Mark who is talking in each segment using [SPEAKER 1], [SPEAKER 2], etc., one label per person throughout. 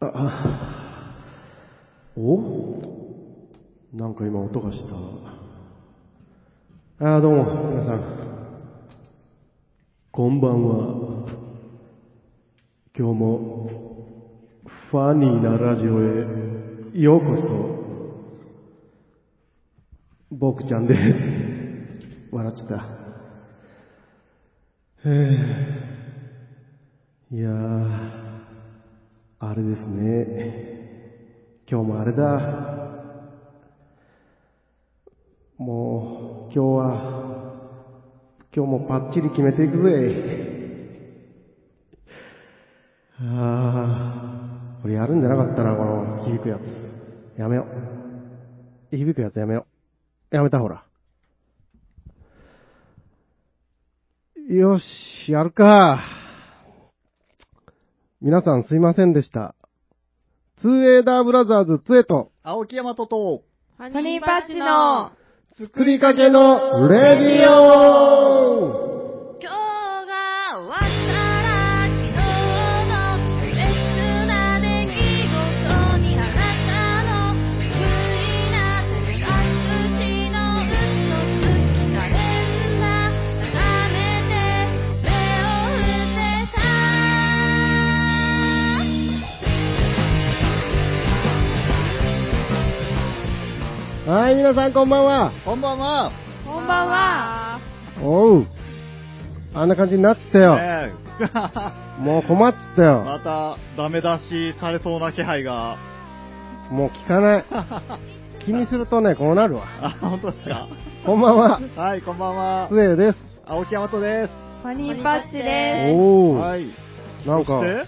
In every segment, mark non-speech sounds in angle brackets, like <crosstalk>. [SPEAKER 1] あ、おなんか今音がした。あー、どうも、皆さん。こんばんは。今日も、ファニーなラジオへ、ようこそ。僕ちゃんです。笑っちゃった。えーいやー、あれですね。今日もあれだ。もう、今日は、今日もパッチリ決めていくぜ。ああ、俺やるんじゃなかったな、この、響くやつ。やめよう。響くやつやめよう。やめた、ほら。よし、やるか。皆さんすいませんでした。ツーエーダーブラザーズツエと
[SPEAKER 2] 青木山とと、
[SPEAKER 3] ハニーパッチの
[SPEAKER 1] 作りかけのレディオ
[SPEAKER 3] 今日が終わったら昨日のフレッシュな出来事にあなたの無理な手が口の嘘つきかれんな眺めて目を伏せた
[SPEAKER 1] はい、皆さんこんばんは。
[SPEAKER 2] こんばんは。
[SPEAKER 3] こんばんは
[SPEAKER 1] おう。あんな感じになっちゃったよ。
[SPEAKER 2] ねえ <laughs>
[SPEAKER 1] もう困っちゃったよ。
[SPEAKER 2] また、ダメ出しされそうな気配が。 <laughs>
[SPEAKER 1] もう聞かない。気にするとね、こうなるわ。
[SPEAKER 2] あ、本当ですか。
[SPEAKER 1] こんばんは。
[SPEAKER 2] はい、こんばんは
[SPEAKER 1] ツ。エです。
[SPEAKER 2] 青木山とです。
[SPEAKER 3] ハニーパッチで
[SPEAKER 1] おう。
[SPEAKER 2] はい。
[SPEAKER 1] なんか
[SPEAKER 2] そ、して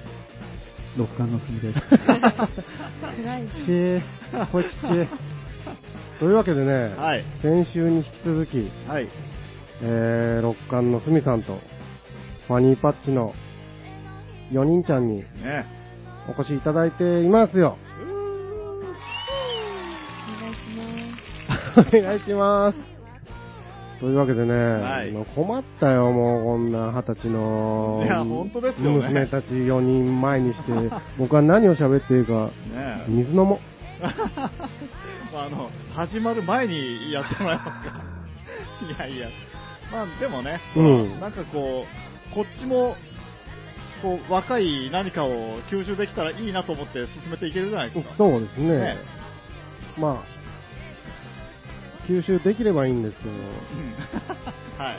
[SPEAKER 4] 六冠の
[SPEAKER 1] <laughs>
[SPEAKER 4] 隅です。
[SPEAKER 1] ちー、こいち
[SPEAKER 2] <laughs>
[SPEAKER 1] ー。というわけでね、
[SPEAKER 2] はい。
[SPEAKER 1] 先週に引き続き、
[SPEAKER 2] はい。
[SPEAKER 1] えー、六冠のすみさんと、ファニーパッチの4人ちゃんに
[SPEAKER 2] ね
[SPEAKER 1] お越しいただいていますよ。お願いします。というわけでね、
[SPEAKER 2] はい
[SPEAKER 1] もう困ったよ、もうこんな二十歳の
[SPEAKER 2] いや本当ですよね
[SPEAKER 1] 娘たち4人前に
[SPEAKER 2] <laughs>
[SPEAKER 1] して、僕は何を喋っていいか、
[SPEAKER 2] ねえ。
[SPEAKER 1] 水飲もう。
[SPEAKER 2] <laughs> まあ、あの、始まる前にやってもらえますか。 <laughs> いやいや。まあ、でもね、
[SPEAKER 1] うん
[SPEAKER 2] なんかこう、こっちも、こう、若い何かを吸収できたらいいなと思って進めていけるじゃないですか。
[SPEAKER 1] そうですね。
[SPEAKER 2] ね
[SPEAKER 1] まあ、吸収できればいいんですけど、
[SPEAKER 2] はい。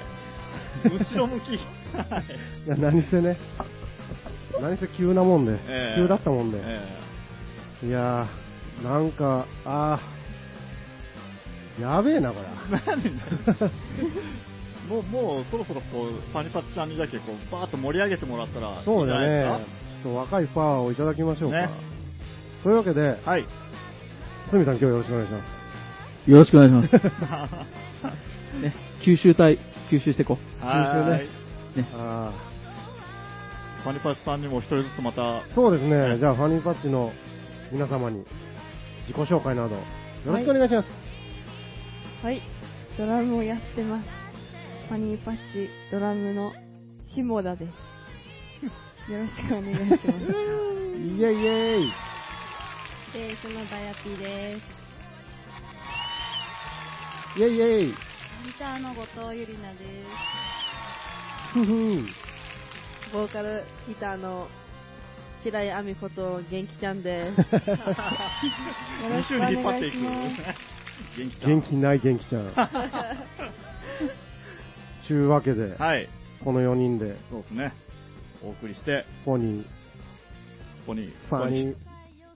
[SPEAKER 2] 後ろ向き。 <laughs> はい
[SPEAKER 1] いや、何せね、何せ急なもんで、
[SPEAKER 2] ええ
[SPEAKER 1] 急だったもんで、
[SPEAKER 2] え
[SPEAKER 1] いやー、なんか、あー、やべえな、こ
[SPEAKER 2] え
[SPEAKER 1] <laughs>
[SPEAKER 2] なんでもう、もう、そろそろこう、パニパッチャンにだけこう、バーッと盛り上げてもらったらい
[SPEAKER 1] れ。
[SPEAKER 2] い
[SPEAKER 1] そうだ
[SPEAKER 2] んじゃな
[SPEAKER 1] ね
[SPEAKER 2] いで。
[SPEAKER 1] ちょっと若いパワーをいただきましょうか。
[SPEAKER 2] ね
[SPEAKER 1] というわけで、
[SPEAKER 2] す
[SPEAKER 1] <laughs>
[SPEAKER 2] かはい。
[SPEAKER 1] すみさん今日よろしくお願いします。
[SPEAKER 4] よろしくお願
[SPEAKER 2] <laughs>
[SPEAKER 4] いします。ね、吸収隊、吸収していこ
[SPEAKER 2] は
[SPEAKER 1] 吸収
[SPEAKER 2] い
[SPEAKER 1] ね。
[SPEAKER 4] ね
[SPEAKER 1] あ
[SPEAKER 2] パニパッチさんにも一人ずつまた、
[SPEAKER 1] ーそうです
[SPEAKER 2] は
[SPEAKER 1] ね、
[SPEAKER 2] い
[SPEAKER 1] じゃあ、ファニーパッチの皆様に自己紹介など、よろしくお願いします。
[SPEAKER 5] はい、ドラムをやってます。ファニーパッチドラムの下田
[SPEAKER 3] <laughs>
[SPEAKER 5] です。よろしくお願いします。
[SPEAKER 1] イエイイエイ
[SPEAKER 3] ベースのダヤピーです
[SPEAKER 1] イエイイエイ
[SPEAKER 3] ギターの後藤ゆりなです
[SPEAKER 1] ふふん
[SPEAKER 5] ボーカルギターの平井亜美こと元気ちゃ
[SPEAKER 3] <laughs>
[SPEAKER 5] んです。
[SPEAKER 2] 二週に引っ張っていく。元気か。
[SPEAKER 1] 元気ない元気
[SPEAKER 2] <laughs>
[SPEAKER 1] ちゃん。ちゅうわけで、
[SPEAKER 2] はい。
[SPEAKER 1] この4人で、
[SPEAKER 2] そうですね。お送りして、
[SPEAKER 1] フォニー、
[SPEAKER 2] ここに、
[SPEAKER 1] ファニー、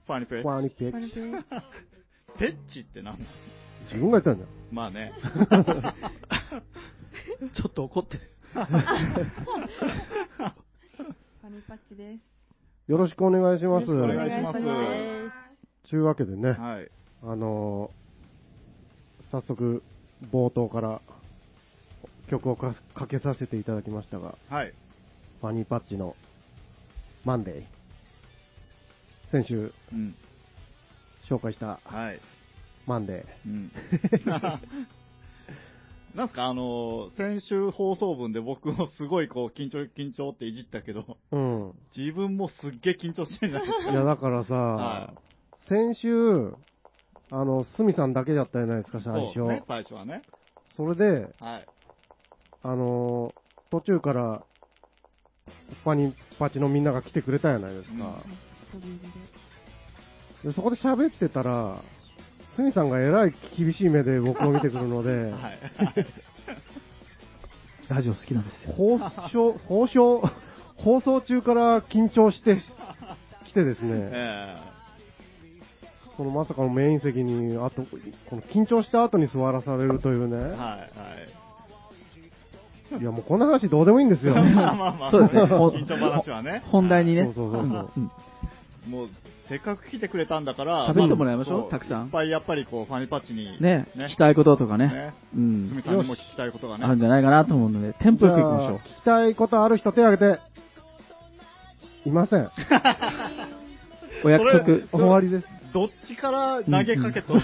[SPEAKER 2] ファニペ
[SPEAKER 1] ファニーペ
[SPEAKER 5] ファニ
[SPEAKER 1] ッ
[SPEAKER 5] ー
[SPEAKER 1] チ。
[SPEAKER 5] ペン
[SPEAKER 2] ペッチってなんだ
[SPEAKER 1] 自分が言ったんだよ。
[SPEAKER 2] まあ
[SPEAKER 1] <laughs>
[SPEAKER 2] ね。
[SPEAKER 4] う。ちょっと怒ってる。
[SPEAKER 5] ファニーパッチです。
[SPEAKER 1] よろしくお願いします。
[SPEAKER 2] よろしくお願いします
[SPEAKER 5] お願いし
[SPEAKER 1] ちゅうわけでね、
[SPEAKER 2] はい。
[SPEAKER 1] あのー早速、冒頭から曲をかかけさせていただきましたが、
[SPEAKER 2] はい。
[SPEAKER 1] ファニーパッチのマンデー。先週
[SPEAKER 2] うん。
[SPEAKER 1] 紹介した
[SPEAKER 2] はい。
[SPEAKER 1] マンデー。
[SPEAKER 2] うん。なんすか、あの、先週放送分で僕をすごいこう、緊張、緊張っていじったけど、
[SPEAKER 1] うん。
[SPEAKER 2] 自分もすっげえ緊張してるないです
[SPEAKER 1] いや、だからさ、
[SPEAKER 2] か。はい。
[SPEAKER 1] 先週、あの、すみさんだけだったじゃないですか、最初。
[SPEAKER 2] そうね、最初はね。
[SPEAKER 1] それで、
[SPEAKER 2] はい。
[SPEAKER 1] あのー途中から、パニパチのみんなが来てくれたじゃないですか。
[SPEAKER 5] 飛び入りで。
[SPEAKER 1] でそこで喋ってたら、すみさんがえらい厳しい目で僕を見てくるので、
[SPEAKER 2] <laughs> はい。
[SPEAKER 4] ラジオ好きなんですよ。
[SPEAKER 1] 放送、放送、放送中から緊張して、来てです
[SPEAKER 2] え
[SPEAKER 1] ね、
[SPEAKER 2] え
[SPEAKER 1] そのまさかのメイン席に、あと、この緊張した後に座らされるというね、
[SPEAKER 2] はい、はい。
[SPEAKER 1] いやもうこんな話どうでもいいんです
[SPEAKER 4] <laughs>
[SPEAKER 1] よ。
[SPEAKER 2] まあまあまあ、
[SPEAKER 4] そうですねほ
[SPEAKER 2] 緊張話はね。
[SPEAKER 4] 本題にね。
[SPEAKER 1] そうそうそうそう
[SPEAKER 4] うん
[SPEAKER 2] もう、せっかく来てくれたんだから、
[SPEAKER 4] 喋ってもらいましょう
[SPEAKER 2] そ
[SPEAKER 4] たくさん
[SPEAKER 2] いっぱいやっぱりこう、ファニパッチに。
[SPEAKER 4] ね、
[SPEAKER 2] ね
[SPEAKER 4] 聞きたいこととかね
[SPEAKER 2] ね。す
[SPEAKER 4] う
[SPEAKER 2] み
[SPEAKER 4] ん。
[SPEAKER 2] さんにも聞きたいことが
[SPEAKER 4] あるん
[SPEAKER 2] ね。
[SPEAKER 4] じゃないかなと思うので、テンポよく行きまし
[SPEAKER 1] じゃあ
[SPEAKER 4] ょう。
[SPEAKER 1] 聞きたいことある人手を挙げて。いませ
[SPEAKER 4] <laughs>
[SPEAKER 1] ん。
[SPEAKER 4] お約束。
[SPEAKER 2] それ
[SPEAKER 1] 終わりです。
[SPEAKER 2] どっちから投げかけと、こ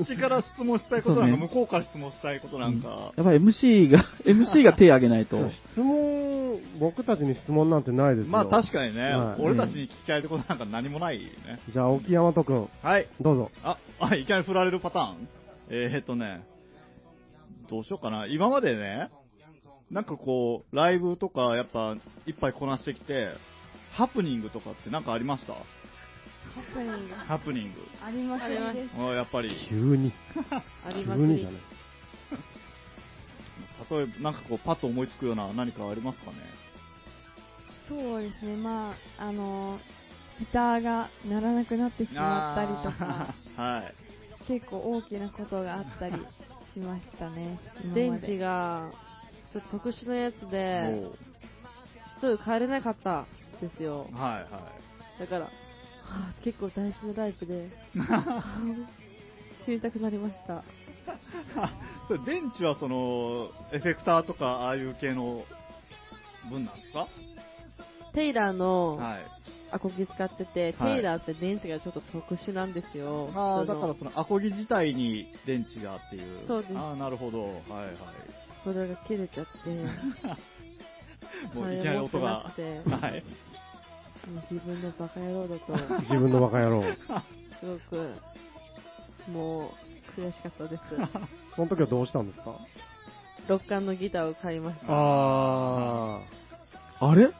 [SPEAKER 2] っちから質問したいことなんか、向こうから質問したいことなんか、
[SPEAKER 4] やっぱり MC が、MC が手挙げな
[SPEAKER 1] <laughs>
[SPEAKER 4] いと。
[SPEAKER 1] 質問、僕たちに質問なんてないですよ。
[SPEAKER 2] まあ確かにね、
[SPEAKER 1] はい
[SPEAKER 2] 俺たちに聞きたいことなんか何もないね。
[SPEAKER 1] じゃあ、沖山とくん、
[SPEAKER 2] はい。
[SPEAKER 1] どうぞ。
[SPEAKER 2] あ、あ、いきなり振られるパターンえー、っとね、どうしようかな。今までね、なんかこう、ライブとかやっぱいっぱいこなしてきて、ハプニングとかってなんかありました
[SPEAKER 5] ハプニング。
[SPEAKER 2] ハプニング。
[SPEAKER 5] ありませんで
[SPEAKER 2] あやっぱり、
[SPEAKER 1] 急に。
[SPEAKER 5] あ
[SPEAKER 1] 急
[SPEAKER 5] りま
[SPEAKER 1] にじゃ
[SPEAKER 5] せ
[SPEAKER 1] なんい。
[SPEAKER 2] 例えばなんかこう、パッと思いつくような何かありますかね
[SPEAKER 5] そうですね、まあ、あの、ギターが鳴らなくなってしまったりと
[SPEAKER 2] <laughs>
[SPEAKER 5] か、
[SPEAKER 2] あーはい。
[SPEAKER 5] 結構大きなことがあったりしましたね。
[SPEAKER 6] 電池
[SPEAKER 5] が。
[SPEAKER 6] が、ちょっと特殊なやつで、
[SPEAKER 2] おう
[SPEAKER 6] すぐ帰れなかったんです
[SPEAKER 2] は
[SPEAKER 6] よ。
[SPEAKER 2] い <laughs> は
[SPEAKER 6] だから、はあ結構大事なライ
[SPEAKER 2] <laughs>
[SPEAKER 6] ブで、知りたくなりました。
[SPEAKER 2] い。それ電池はその、エフェクターとかああいう系の分なんですか
[SPEAKER 6] テイラーの
[SPEAKER 2] はい。
[SPEAKER 6] アコギ使ってて、
[SPEAKER 2] はい
[SPEAKER 6] テイラーって電池がちょっと特殊なんですよ。
[SPEAKER 2] ああ、
[SPEAKER 6] そ
[SPEAKER 2] だ
[SPEAKER 6] の
[SPEAKER 2] からそのアコギ自体に電池がっていう。
[SPEAKER 6] そうです
[SPEAKER 2] ああ、なるほど。はいはい。
[SPEAKER 6] それが切れちゃって、
[SPEAKER 2] <laughs> もういきなり音が。
[SPEAKER 6] は
[SPEAKER 2] はい
[SPEAKER 6] 持って
[SPEAKER 2] い。
[SPEAKER 6] なくてもう自分のバカ野郎だと、
[SPEAKER 1] 自分のバカ野郎。
[SPEAKER 6] すごく、もう、悔しかっ
[SPEAKER 2] <laughs>
[SPEAKER 6] たです。
[SPEAKER 1] その時はどうしたんですか
[SPEAKER 6] 六感のギターを買いました。
[SPEAKER 1] あ
[SPEAKER 4] あれ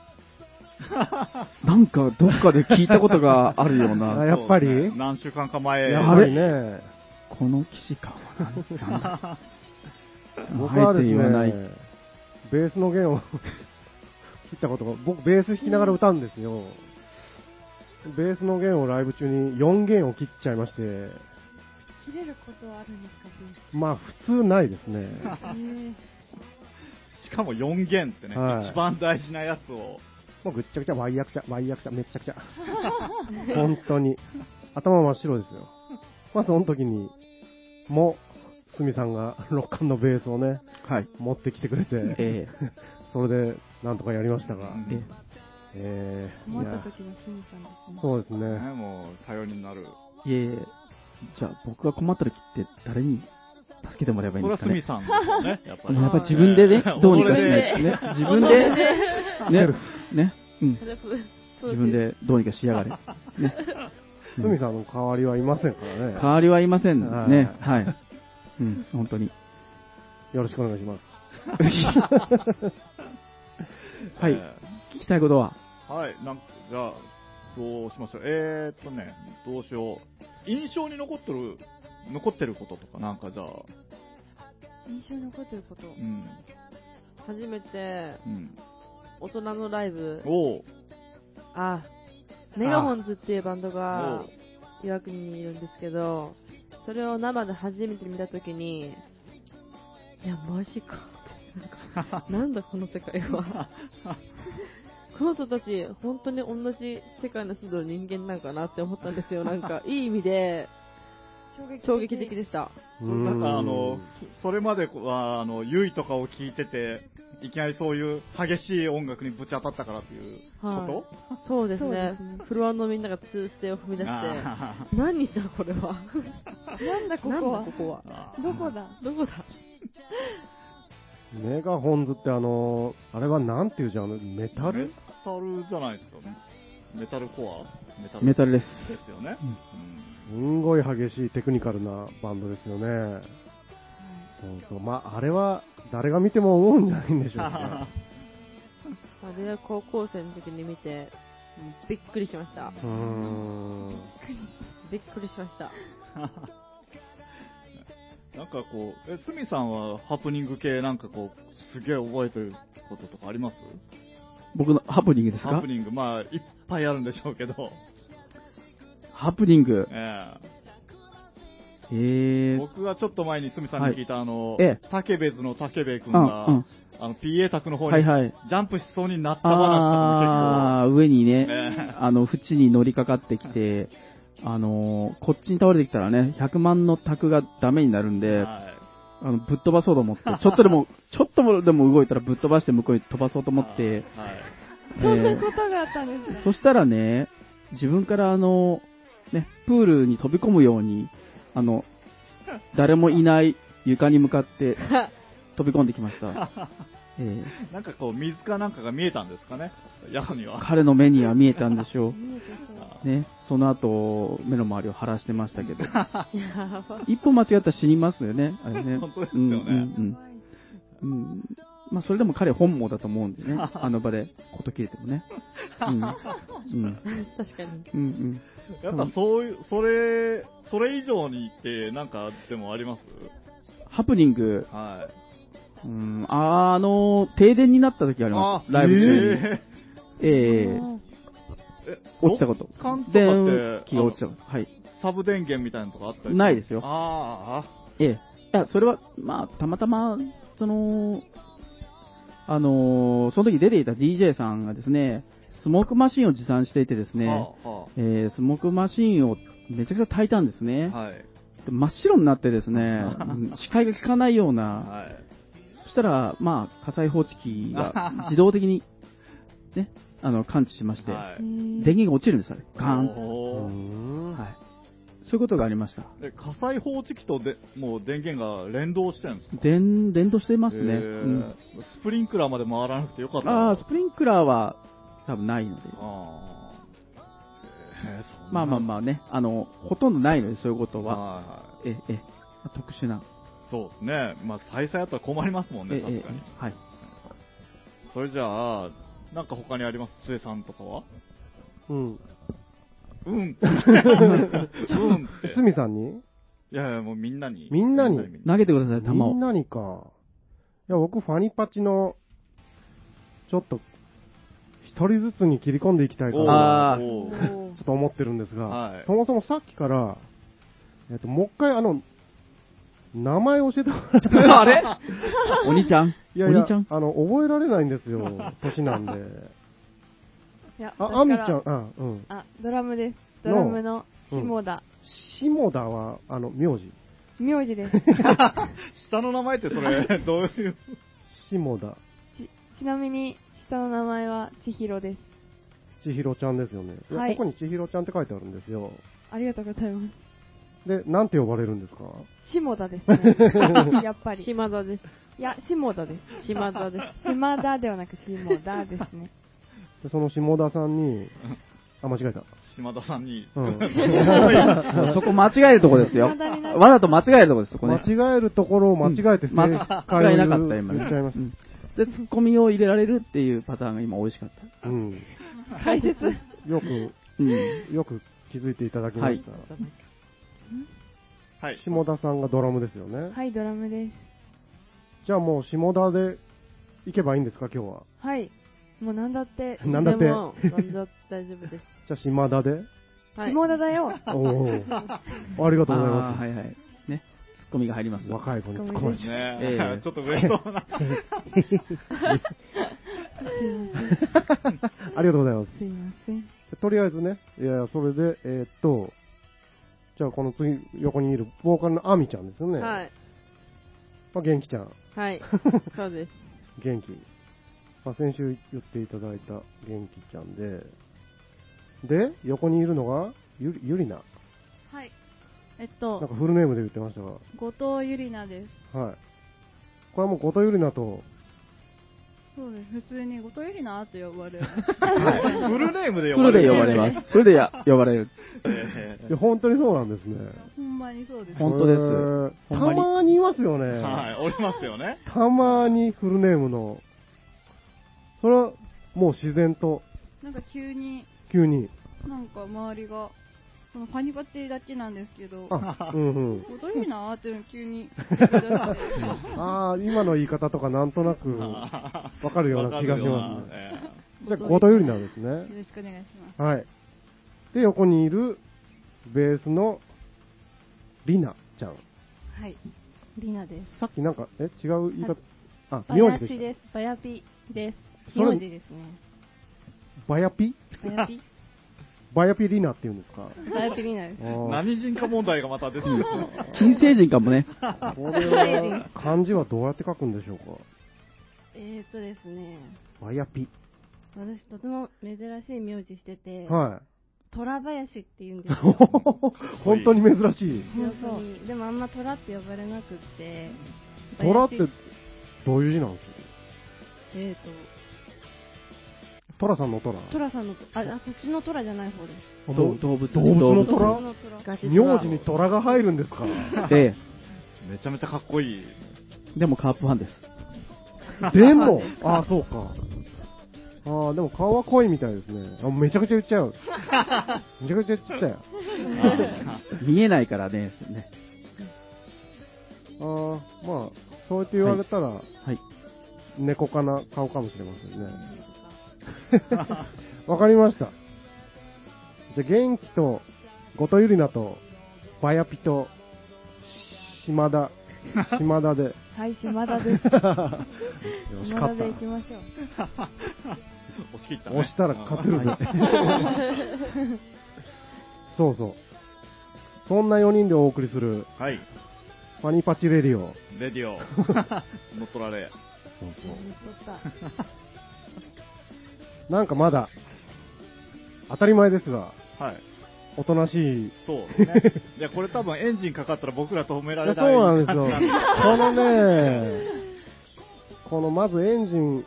[SPEAKER 4] なんかどっかで聞いたことがあるよう
[SPEAKER 2] <laughs>
[SPEAKER 1] あ
[SPEAKER 4] な、
[SPEAKER 1] やっぱり
[SPEAKER 2] そうですね何週間か前。
[SPEAKER 1] やはりね、
[SPEAKER 4] この騎士感は何なんだ
[SPEAKER 1] 僕は
[SPEAKER 4] あえ
[SPEAKER 1] で
[SPEAKER 4] て
[SPEAKER 1] す
[SPEAKER 4] 言わない。
[SPEAKER 1] ね、ベースの弦を <laughs> 切ったことが、僕ベース弾きながら歌うんですよ。ベースの弦をライブ中に4弦を切っちゃいまして、
[SPEAKER 5] 切れることはあるんですか、
[SPEAKER 1] まあ普通ないですね。
[SPEAKER 4] <laughs>
[SPEAKER 5] ね、
[SPEAKER 2] しかも4弦ってね、
[SPEAKER 1] はい
[SPEAKER 2] 一番大事なやつを。
[SPEAKER 1] もうぐっちゃぐちゃ、わいやくちゃ、わいやくちゃ、めっちゃくちゃ。本当に。頭真っ白ですよ。まあその時に、も、すみさんが六冠のベースをね、
[SPEAKER 4] はい。
[SPEAKER 1] 持ってきてくれて、
[SPEAKER 4] え
[SPEAKER 1] それで、なんとかやりましたが
[SPEAKER 2] う、
[SPEAKER 4] え
[SPEAKER 2] ん
[SPEAKER 1] えー、
[SPEAKER 5] 困
[SPEAKER 1] い
[SPEAKER 5] った
[SPEAKER 1] や、
[SPEAKER 5] 時のすみさんですね。
[SPEAKER 1] そうです
[SPEAKER 2] ね
[SPEAKER 1] ね。
[SPEAKER 2] もう頼りになる。
[SPEAKER 4] えいえいえじゃあ僕が困った時って誰に助けてもらえば
[SPEAKER 2] そ
[SPEAKER 4] い
[SPEAKER 2] れ
[SPEAKER 4] いんで
[SPEAKER 2] は
[SPEAKER 4] すか
[SPEAKER 2] すみ
[SPEAKER 4] ね。
[SPEAKER 2] さんですよね、やっぱり。
[SPEAKER 4] やっぱり自分
[SPEAKER 2] <laughs>
[SPEAKER 4] でね、どうにかしないとね。自分で、ね、ね、うん。自分でどうにかしやがれ。ね。
[SPEAKER 1] すみさんの代わりはいませんからね。
[SPEAKER 4] 代わりはいません
[SPEAKER 1] はい
[SPEAKER 4] ね。はい。
[SPEAKER 2] <laughs>
[SPEAKER 4] うん、本当に。 <laughs>
[SPEAKER 1] よろしくお願いします。
[SPEAKER 4] はい。聞きたいことは、
[SPEAKER 2] はい、なんか、じゃあ、どうしましょう。えーっとね、どうしよう。印象に残ってる、残ってることとか、なんかじゃあ、
[SPEAKER 5] 印象に残ってること。
[SPEAKER 2] うん、
[SPEAKER 6] 初めて、
[SPEAKER 2] うん。
[SPEAKER 6] 大人のライブ、
[SPEAKER 2] おう、
[SPEAKER 6] あ、メガホンズっていうバンド
[SPEAKER 2] お
[SPEAKER 6] が
[SPEAKER 2] う、
[SPEAKER 6] 岩国にいるんですけど、それを生で初めて見たときに、いや、マジかって。なんか
[SPEAKER 5] <laughs>
[SPEAKER 6] なんだこの世界は。この人たち、本当に同じ世界の人の人間なんかなって思ったんですよ。なんか、いい意味で、衝撃的でした。
[SPEAKER 2] なんかあの、それまでは、あの、ゆいとかを聞いてて、いきなりそういう激しい音楽にぶち当たったからっていうこと、
[SPEAKER 6] はいそうです
[SPEAKER 5] そ
[SPEAKER 6] ね
[SPEAKER 5] うですね。
[SPEAKER 6] フロアのみんなが通ステを踏み出して、
[SPEAKER 2] あ
[SPEAKER 6] 何だこれは。
[SPEAKER 5] なんだこ
[SPEAKER 6] なん
[SPEAKER 5] こ
[SPEAKER 6] だ
[SPEAKER 5] は
[SPEAKER 6] ここは。
[SPEAKER 2] ー
[SPEAKER 5] どこだ
[SPEAKER 6] どこだ
[SPEAKER 1] メガホンズってあのーあれはなんていうジャンルメタ
[SPEAKER 2] メ
[SPEAKER 1] ル
[SPEAKER 2] タルじゃないですかね。メタルコアメタ
[SPEAKER 4] メタルです。
[SPEAKER 2] ですよね。
[SPEAKER 1] すんごい激しいテクニカルなバンドですよね。そうそう。まあ、あれは誰が見ても思うんじゃないんでしょうね。
[SPEAKER 6] あれは高校生の時に見て、もうびっくりしました。
[SPEAKER 1] うーん。
[SPEAKER 6] びっくりしました。
[SPEAKER 2] うん <laughs> なんかこう、え、スミさんはハプニング系なんかこう、すげえ覚えてることとかあります
[SPEAKER 4] 僕のハプニングです
[SPEAKER 2] ハ
[SPEAKER 4] か
[SPEAKER 2] プニング、まあ、いっぱいあるんでしょう
[SPEAKER 4] <laughs>
[SPEAKER 2] けど。
[SPEAKER 4] ハプニング。
[SPEAKER 2] え
[SPEAKER 4] え
[SPEAKER 2] え
[SPEAKER 4] ー、
[SPEAKER 2] 僕はちょっと前にスミさんに聞いた、あの
[SPEAKER 4] え、
[SPEAKER 2] 竹部ズの竹部君
[SPEAKER 4] うん、う
[SPEAKER 2] が、
[SPEAKER 4] ん。
[SPEAKER 2] あの、PA 宅の方
[SPEAKER 4] は
[SPEAKER 2] に、
[SPEAKER 4] い
[SPEAKER 2] ジ
[SPEAKER 4] はい。
[SPEAKER 2] ャンプしそうになった話
[SPEAKER 4] あー、上に
[SPEAKER 2] とかも結構、
[SPEAKER 4] ね、
[SPEAKER 2] え
[SPEAKER 4] あの、縁に乗りかかってき <laughs> て、あのーこっちに倒れてきたらね、100万の卓がダメになるん
[SPEAKER 2] え
[SPEAKER 4] で、
[SPEAKER 2] はい
[SPEAKER 4] あの、ぶっ飛ばそうと思って、ちょっとで <laughs> も、ちょっとでも動いたらぶっ飛ばして向こうに飛ばそうと思って、
[SPEAKER 2] はい。
[SPEAKER 4] え
[SPEAKER 5] そんな
[SPEAKER 4] ー
[SPEAKER 5] ことがあったん
[SPEAKER 6] <laughs>
[SPEAKER 5] ですね。
[SPEAKER 4] そしたらね、自分からあの、ね、プールに飛び込むように、あの、誰もいない床に向かって飛び込んできました。 <laughs> えー
[SPEAKER 2] なんかこう、水かなんかが見えたんですかね、ヤホに
[SPEAKER 4] <laughs>
[SPEAKER 2] は。
[SPEAKER 4] 彼の目には見えたんでしょ
[SPEAKER 5] 見えてそう
[SPEAKER 4] う。ね、その後、目の周りを晴らしてましたけど、 <laughs>
[SPEAKER 6] やば。
[SPEAKER 4] 一歩間違ったら死にますよね、あれ
[SPEAKER 2] <laughs>
[SPEAKER 4] ね。
[SPEAKER 2] 本当です
[SPEAKER 4] う
[SPEAKER 2] よ
[SPEAKER 4] ん
[SPEAKER 2] ね
[SPEAKER 4] うんうんうんまあ、それでも彼本望だと思うん
[SPEAKER 2] <laughs>
[SPEAKER 4] でね、あの場でこと切れてもね。うん。うん。
[SPEAKER 6] 確かに。
[SPEAKER 4] うんうん。
[SPEAKER 2] やっぱそういう、それ、それ以上にって、なんかでもあります
[SPEAKER 4] ハプニング、
[SPEAKER 2] はい。
[SPEAKER 4] うん、あの、停電になった時あります。ライブ中に。
[SPEAKER 2] え
[SPEAKER 4] ええ
[SPEAKER 2] え
[SPEAKER 4] 落ちたこと
[SPEAKER 2] ロッカンと。か
[SPEAKER 4] 電
[SPEAKER 2] って
[SPEAKER 4] 気が落ちたこと。はい。
[SPEAKER 2] サブ電源みたいなのとかあったり
[SPEAKER 4] ないですよ
[SPEAKER 2] ああ
[SPEAKER 4] ええ。いや、それは、まあ、たまたま、その、あのーその時出ていた DJ さんがですね、スモークマシンを持参していてです
[SPEAKER 2] ああ、
[SPEAKER 4] ね、
[SPEAKER 2] はあは
[SPEAKER 4] えースモークマシンをめちゃくちゃ炊いたんですね。
[SPEAKER 2] あはい。
[SPEAKER 4] 真っ白になってですね、
[SPEAKER 2] <laughs>
[SPEAKER 4] うん視界が効かないような、
[SPEAKER 2] はい。
[SPEAKER 4] そしたら、まあ、火災報知器
[SPEAKER 2] <laughs>
[SPEAKER 4] が自動的に、ね、あの、感知しまして、
[SPEAKER 2] は
[SPEAKER 5] え
[SPEAKER 2] い。
[SPEAKER 5] ー
[SPEAKER 4] 電源が落ちるんです、あれ。ガーンと。
[SPEAKER 1] う
[SPEAKER 2] おー
[SPEAKER 1] ん
[SPEAKER 4] はい。そういうことがありました。
[SPEAKER 2] で火災報知器とでもう電源が連動してるんですか
[SPEAKER 4] 電、電動してますね。
[SPEAKER 2] へー
[SPEAKER 4] うん
[SPEAKER 2] スプリンクラーまで回らなくてよかったな。
[SPEAKER 4] ああ、スプリンクラーは多分ないので。
[SPEAKER 2] あーへーそんな
[SPEAKER 4] まあまあまあね、あの、ほとんどないので、そういうことは。
[SPEAKER 2] はいは
[SPEAKER 4] え、え、特殊な。
[SPEAKER 2] い。そうですね。まあ、再生あったら困りますもん
[SPEAKER 4] え、
[SPEAKER 2] ね、
[SPEAKER 4] え
[SPEAKER 2] 確かに。、
[SPEAKER 4] はい。
[SPEAKER 2] それじゃあ、なんか他にありますつえさんとかは
[SPEAKER 1] うん。
[SPEAKER 2] うん。うんって。
[SPEAKER 1] <laughs> すみさんに
[SPEAKER 2] いやいや、もうみんなに。
[SPEAKER 1] みんなに
[SPEAKER 2] みんな
[SPEAKER 4] 投げてください、球
[SPEAKER 1] み
[SPEAKER 4] を
[SPEAKER 1] ん。なにか。いや、僕、ファニパチの、ちょっと、一人ずつに切り込んでいきたいか
[SPEAKER 2] おー
[SPEAKER 1] な、
[SPEAKER 4] あー
[SPEAKER 2] おー
[SPEAKER 1] ちょっと思ってるんですが、
[SPEAKER 2] はい
[SPEAKER 1] そもそもさっきから、えっと、もう一回、あの、名前教えてもらって、
[SPEAKER 4] あれお兄ちゃん
[SPEAKER 1] い <laughs> やいや
[SPEAKER 4] <laughs> お兄ちゃん
[SPEAKER 1] あの、覚えられないんです
[SPEAKER 4] <laughs>
[SPEAKER 1] よ、年なんで。
[SPEAKER 5] いや、
[SPEAKER 1] あ、アミち
[SPEAKER 5] 私か
[SPEAKER 1] ゃ
[SPEAKER 5] ら
[SPEAKER 1] ん、あ、うん。
[SPEAKER 5] あ、ドラムです。ドラムの下田。
[SPEAKER 1] 下田は、あの、名字。
[SPEAKER 5] 名字です。
[SPEAKER 2] 下の名前ってそれ、 <laughs> どういう。
[SPEAKER 1] 下田
[SPEAKER 5] ち、ちなみに、下の名前は千尋です。
[SPEAKER 1] 千尋ちゃんですよね。いや
[SPEAKER 5] はい
[SPEAKER 1] ここに千尋ちゃんって書いてあるんですよ。
[SPEAKER 5] ありがとうございま
[SPEAKER 1] で、なんて呼ばれるんですか
[SPEAKER 5] す。下田で
[SPEAKER 1] <laughs>
[SPEAKER 5] すね。やっぱり。い
[SPEAKER 6] 島田です。
[SPEAKER 5] や、下田です。
[SPEAKER 6] 島
[SPEAKER 5] <laughs>
[SPEAKER 6] 田です。
[SPEAKER 5] 島田ではなく下田です
[SPEAKER 1] <laughs>
[SPEAKER 5] ね。
[SPEAKER 1] で、その下田さんに、あ、間違えた。
[SPEAKER 2] 島田さんに。
[SPEAKER 4] <laughs>
[SPEAKER 1] うん。
[SPEAKER 4] もうそこ間違えるとこですよ。
[SPEAKER 5] ま
[SPEAKER 7] <laughs>
[SPEAKER 5] だにな
[SPEAKER 4] わざと間違えるとこです、そこね。
[SPEAKER 1] 間違えるところを間違えて、
[SPEAKER 4] 間違えなかった、今ね。
[SPEAKER 1] 言っちゃいまし
[SPEAKER 4] うんで、ツッコミを入れられるっていうパターンが今美味しかった。
[SPEAKER 1] た。うん。
[SPEAKER 5] 解説。
[SPEAKER 1] よく、
[SPEAKER 4] うん。
[SPEAKER 1] よく気づいていただきました。
[SPEAKER 2] はい。
[SPEAKER 1] 下田さんがドラムですよね。
[SPEAKER 5] はい、ドラムです。
[SPEAKER 1] じゃあもう下田で行けばいいんですか、今日は。
[SPEAKER 5] はい。もうなんだって。
[SPEAKER 1] なんだって
[SPEAKER 6] でも、なんだって大丈夫です。
[SPEAKER 1] じゃあ島田で。
[SPEAKER 6] はい。
[SPEAKER 5] 下田だよ。
[SPEAKER 1] おお。ありがとうござい
[SPEAKER 4] ああー、
[SPEAKER 1] ま
[SPEAKER 4] はいはい。ね。ツッコミが入ります
[SPEAKER 1] す。
[SPEAKER 4] よ。
[SPEAKER 1] 若い子に突っ込まれちゃう
[SPEAKER 2] ね
[SPEAKER 4] ええ
[SPEAKER 2] <laughs> ちょっと上とな。
[SPEAKER 1] ありがとうございます。
[SPEAKER 5] すいません。
[SPEAKER 1] とりあえずね、いや、それで、えーっと、じゃあこの次、横にいる、ボーカルのアミちゃんですよね。
[SPEAKER 6] はい。
[SPEAKER 1] まあ、元気ちゃん。
[SPEAKER 6] はい。そうです。
[SPEAKER 1] 元気。まあ、先週言っていただいた元気ちゃんで、で、横にいるのが、ゆり、ゆりな。
[SPEAKER 7] はい。えっ
[SPEAKER 1] なん
[SPEAKER 7] と、
[SPEAKER 1] かフルネームで言ってましたが、
[SPEAKER 7] 後藤ゆりなです。
[SPEAKER 1] はい。これはもう後藤ゆりなと、
[SPEAKER 7] そうです。普通に後藤ゆりなって呼ばれ
[SPEAKER 5] <laughs>
[SPEAKER 7] る。
[SPEAKER 2] フルネームで呼
[SPEAKER 4] <laughs> フ
[SPEAKER 2] ば
[SPEAKER 4] ル
[SPEAKER 2] れ
[SPEAKER 4] で
[SPEAKER 2] る。
[SPEAKER 4] 呼ばれます。フルでや呼ばれる。
[SPEAKER 2] え
[SPEAKER 1] いや本当にそうなんですね。
[SPEAKER 7] ほんまにそうです。
[SPEAKER 4] 本当です
[SPEAKER 1] えー
[SPEAKER 4] ほ
[SPEAKER 1] た
[SPEAKER 4] んまに
[SPEAKER 1] まにいますよね。
[SPEAKER 2] えはい、おりますよね。
[SPEAKER 1] たまにフルネームの、それはもう自然と、
[SPEAKER 7] なんか急に、
[SPEAKER 1] 急に。
[SPEAKER 7] なんか周りが、このパニパチだけなんですけ
[SPEAKER 1] <laughs>
[SPEAKER 7] ど、後
[SPEAKER 4] <laughs>
[SPEAKER 1] あ、うんうん。
[SPEAKER 7] 藤ゆりなっていうの急に言ってくださって。
[SPEAKER 1] <laughs> ああ、今の言い方とかなんとな
[SPEAKER 4] <laughs>
[SPEAKER 1] く、わ
[SPEAKER 2] わ
[SPEAKER 1] かるような気がしますね。
[SPEAKER 2] ね。
[SPEAKER 1] じゃあ、後藤ゆりなです
[SPEAKER 7] よ
[SPEAKER 1] ね。
[SPEAKER 7] ろしくお願いします。
[SPEAKER 1] はい。で、横にいる、ベースの、りなちゃん。
[SPEAKER 8] はい。りなです。
[SPEAKER 1] さっきなんか、え、違う言い方、あ、
[SPEAKER 8] ば
[SPEAKER 1] 名
[SPEAKER 8] や
[SPEAKER 1] 字
[SPEAKER 8] し
[SPEAKER 1] で
[SPEAKER 8] です。ばやぴです。
[SPEAKER 1] それ
[SPEAKER 8] 名字ですね。
[SPEAKER 1] す。ばやぴ
[SPEAKER 8] ばやぴ
[SPEAKER 6] <laughs>
[SPEAKER 1] ばやぴりなって言うんですか
[SPEAKER 8] ばやぴりなです
[SPEAKER 1] あ。ー
[SPEAKER 2] 何人か問題がまた出てくる。
[SPEAKER 4] 金星人かもね。
[SPEAKER 1] これは、漢字はどうやって書くんでしょうか
[SPEAKER 8] えーっとですね。
[SPEAKER 1] ばやぴ。
[SPEAKER 8] 私、とても珍しい名字してて、
[SPEAKER 1] はい。
[SPEAKER 8] 虎林って言うんですよ。
[SPEAKER 1] <laughs> 本当に珍しい。
[SPEAKER 8] 本当に。でもあんま虎って呼ばれなくって。
[SPEAKER 1] 虎って
[SPEAKER 8] 林
[SPEAKER 1] どういう字なんですか
[SPEAKER 8] えーっ
[SPEAKER 1] 虎さんの虎。
[SPEAKER 8] と、虎さんの、あ、あこっちの虎じゃない方です。
[SPEAKER 1] あも
[SPEAKER 4] 動
[SPEAKER 1] う
[SPEAKER 4] 動物
[SPEAKER 1] 動物の
[SPEAKER 8] こっ
[SPEAKER 1] 虎
[SPEAKER 8] ちの虎
[SPEAKER 6] ガチ
[SPEAKER 1] 名字に虎が入るんですか
[SPEAKER 4] で、
[SPEAKER 2] めちゃめちゃかっこいい。
[SPEAKER 4] でもカープファンです。
[SPEAKER 1] でも、ああ、そうか。ああ、でも顔は濃いみたいですね。あめちゃくちゃ言っちゃ <laughs> う。めちゃくちゃ言っちゃったよ。
[SPEAKER 4] 見えないからね。ね
[SPEAKER 1] ああ、まあ、そうやって言われたら、
[SPEAKER 4] はい。
[SPEAKER 1] 猫かな顔かもしれませんね。 <laughs> わかりました。じゃあ、元気と、後藤ゆりなと、バヤピと、し島田、島田で。
[SPEAKER 5] はい、島田です。
[SPEAKER 1] 惜し
[SPEAKER 5] 島
[SPEAKER 1] か
[SPEAKER 5] 田
[SPEAKER 1] った
[SPEAKER 5] で行。きましょう。
[SPEAKER 2] 押し切ったね。
[SPEAKER 1] 押したら勝てるね。
[SPEAKER 5] <laughs>
[SPEAKER 1] そうそう。そんな4人でお送りする、
[SPEAKER 2] はい。
[SPEAKER 1] ファニパチレディオ。
[SPEAKER 2] レデ
[SPEAKER 1] <laughs>
[SPEAKER 2] ィオ。乗っ取られ。
[SPEAKER 1] なんかまだ、当たり前ですが、
[SPEAKER 2] はい。
[SPEAKER 1] おとなしい
[SPEAKER 2] そうです
[SPEAKER 1] <laughs>
[SPEAKER 2] ね。いや、これ多分エンジンかかったら僕らと褒めら
[SPEAKER 1] い
[SPEAKER 2] れ
[SPEAKER 1] や
[SPEAKER 2] ない
[SPEAKER 1] そうなんですよ。
[SPEAKER 2] 感じなんで
[SPEAKER 1] このね、このまずエンジン、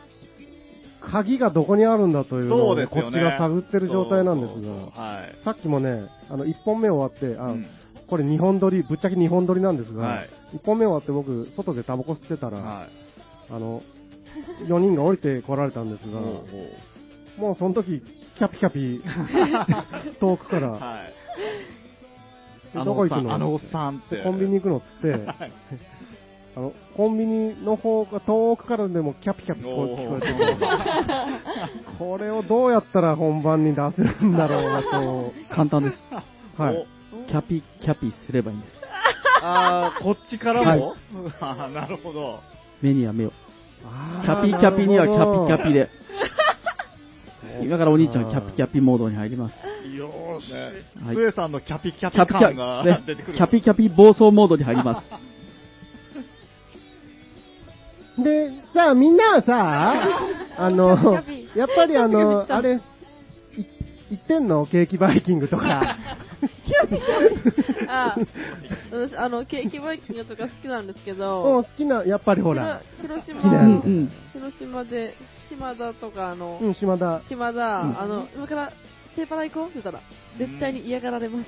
[SPEAKER 1] 鍵がどこにあるんだというの
[SPEAKER 2] そ
[SPEAKER 1] を
[SPEAKER 2] うです
[SPEAKER 1] こ
[SPEAKER 2] よ
[SPEAKER 1] っ
[SPEAKER 2] ね。
[SPEAKER 1] ちが探ってる状態なんで
[SPEAKER 2] そう
[SPEAKER 1] す
[SPEAKER 2] そうそう
[SPEAKER 1] が、
[SPEAKER 2] はい。
[SPEAKER 1] さっきもね、あの1本目終わって、あ
[SPEAKER 2] うん
[SPEAKER 1] これ2本撮り、ぶっちゃけ2本撮りなんです
[SPEAKER 2] は
[SPEAKER 1] が
[SPEAKER 2] い、
[SPEAKER 1] 1本目終わって僕、外でタバコ吸ってたら、
[SPEAKER 2] はい。
[SPEAKER 1] あの4人が降りてこられたんですが、
[SPEAKER 2] おう
[SPEAKER 1] もうその時キャピキャ
[SPEAKER 2] <laughs>
[SPEAKER 1] ピ遠くか
[SPEAKER 2] おう
[SPEAKER 1] ら、
[SPEAKER 2] はい。
[SPEAKER 1] で
[SPEAKER 2] あ
[SPEAKER 1] ど
[SPEAKER 2] の
[SPEAKER 1] こ
[SPEAKER 2] おっ
[SPEAKER 1] 行
[SPEAKER 2] さ
[SPEAKER 1] く
[SPEAKER 2] ん、
[SPEAKER 1] の
[SPEAKER 2] あのおっさんって。
[SPEAKER 1] コンビニ行くのっつ
[SPEAKER 2] <laughs>
[SPEAKER 1] って、
[SPEAKER 2] はい
[SPEAKER 1] あの、コンビニの方が遠くからでもキャピキャピこう聞こえてくる。これをどうやったら本番に出せるんだろうなと。
[SPEAKER 4] 簡単です。
[SPEAKER 1] はい。
[SPEAKER 4] キャピ、キャピすればいいんです。
[SPEAKER 2] ああ、こっちからも、あーなるほど。
[SPEAKER 4] 目には目を。キ
[SPEAKER 1] キ
[SPEAKER 4] ャピキャピにはキャピキャピ
[SPEAKER 1] で。
[SPEAKER 4] で。今からお兄ちゃんはキャピキャピモードに入ります。
[SPEAKER 2] よーし。
[SPEAKER 4] はい
[SPEAKER 2] スエさんのキャピキャ
[SPEAKER 4] キャ
[SPEAKER 2] ピ
[SPEAKER 4] ピキャ
[SPEAKER 2] 感
[SPEAKER 4] ピ、
[SPEAKER 2] が出
[SPEAKER 4] ね
[SPEAKER 2] てくる。
[SPEAKER 4] キャピキャピ暴走モードに入ります。
[SPEAKER 1] で、さあみんなはさ、あの、やっぱりあの、あれ、い行ってんのケーキバイキングとか。
[SPEAKER 6] あ、私、あの、ケーキバイキングとか好きなんですけ
[SPEAKER 1] もう
[SPEAKER 6] ど、
[SPEAKER 1] 好きな、やっぱりほら、
[SPEAKER 6] 広島
[SPEAKER 1] 好きな
[SPEAKER 4] うん
[SPEAKER 1] や
[SPEAKER 4] う
[SPEAKER 1] つ
[SPEAKER 4] ん。
[SPEAKER 6] 広島で、島田とか、あの、
[SPEAKER 1] うん、島田。
[SPEAKER 6] 島田、あの、今から、ステパラ行こうって言ったら、絶対に嫌がられます。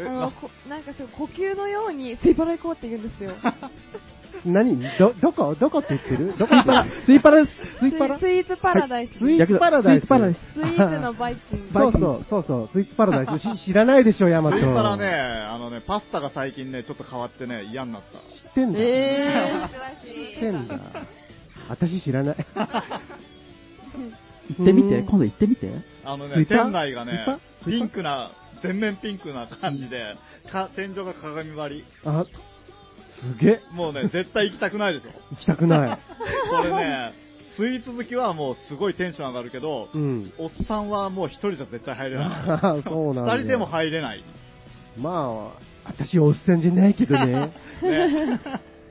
[SPEAKER 2] え
[SPEAKER 5] あ
[SPEAKER 2] な
[SPEAKER 5] の、こなんかそう呼吸のように、セバラ行こうって言うんですよ。
[SPEAKER 1] 何ど、どこどこって言ってるどこって言ってる
[SPEAKER 4] スイパラです。ス
[SPEAKER 5] ス
[SPEAKER 4] イ
[SPEAKER 5] イ
[SPEAKER 4] パラ
[SPEAKER 5] スイーツパラダイス。
[SPEAKER 1] スイーツパラダイス。
[SPEAKER 4] スイーツパラダイス
[SPEAKER 5] スイーツのバイキング。
[SPEAKER 1] そうそう、そうそう、スイーツパラダイス。し知らないでしょ、ヤマ
[SPEAKER 2] ス
[SPEAKER 1] ト。
[SPEAKER 2] イパラね、あのね、パスタが最近ね、ちょっと変わってね、嫌になった。
[SPEAKER 1] 知ってんだ。
[SPEAKER 6] え
[SPEAKER 1] 知ってんだ。私知らない。
[SPEAKER 4] 行ってみて、今度行ってみて。
[SPEAKER 2] あの
[SPEAKER 1] スイ
[SPEAKER 2] ね、
[SPEAKER 1] パラ
[SPEAKER 2] 店内がね
[SPEAKER 1] スイパ、
[SPEAKER 2] ピンクな、全面ピンクな感じで、か天井が鏡張り。
[SPEAKER 1] あ、すげえ。
[SPEAKER 2] もうね、絶対行きたくないでしょ。
[SPEAKER 1] 行きたくない。
[SPEAKER 2] これ
[SPEAKER 1] <laughs>
[SPEAKER 2] ね、スイーツ好きはもうすごいテンション上がるけど、
[SPEAKER 1] うん。
[SPEAKER 2] おっさんはもう一人じゃ絶対入れない。
[SPEAKER 1] あ <laughs> そうなんだ。
[SPEAKER 2] 二人でも入れない。
[SPEAKER 1] まあ、私おっさんじゃないけどね。 <laughs>
[SPEAKER 2] ね、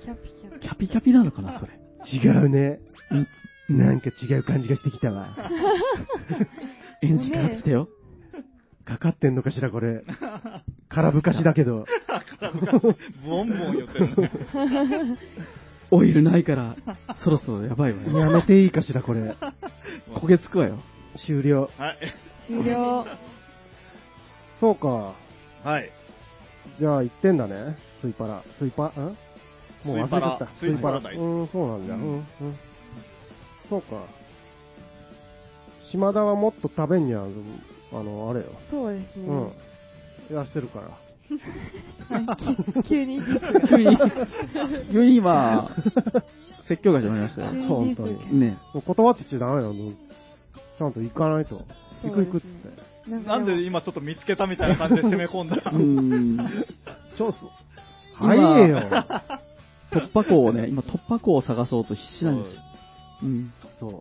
[SPEAKER 5] キャピキャピ。
[SPEAKER 4] キャピキャピなのかな、それ。
[SPEAKER 1] 違うね。なんか違う感じがしてきたわ。
[SPEAKER 4] エンジンかかってきたよ。
[SPEAKER 1] かかってんのかしら、これ。空ぶかしだけど。
[SPEAKER 2] ボンボン言ってるね。
[SPEAKER 4] オイルないから、そろそろやばいわよ。
[SPEAKER 1] やめていいかしら、これ。
[SPEAKER 4] 焦げつくわよ。
[SPEAKER 1] 終了。
[SPEAKER 2] はい。
[SPEAKER 5] 終了。
[SPEAKER 1] そうか。
[SPEAKER 2] はい。
[SPEAKER 1] じゃあ、1点だね。スイパラ。スイパ、んもう忘れちゃった。
[SPEAKER 2] スイパラ
[SPEAKER 1] ス
[SPEAKER 2] スイパラだ
[SPEAKER 1] イ
[SPEAKER 2] い
[SPEAKER 1] パうん、そうなんだ。う、
[SPEAKER 2] うんん
[SPEAKER 1] うん。そうか。島田はもっと食べんにゃ、あの、あれよ。
[SPEAKER 5] そうですね。
[SPEAKER 1] うん。やらしてるから。
[SPEAKER 5] 急にディス
[SPEAKER 4] 急に、急に今、説教が始まりましたよ。
[SPEAKER 1] 本当に。
[SPEAKER 4] ね
[SPEAKER 1] もう断ってちゃダメなの。ちゃんと行かないと。行く行くって。
[SPEAKER 5] がも
[SPEAKER 2] なんで今ちょっと見つけたみたいな感じで攻め込んだ
[SPEAKER 4] うーん。
[SPEAKER 1] チョース。
[SPEAKER 4] 今
[SPEAKER 1] 早いよ。 <laughs>
[SPEAKER 4] 突破口をね、今突破口を探そうと必死なんですよ。うん。
[SPEAKER 1] そう。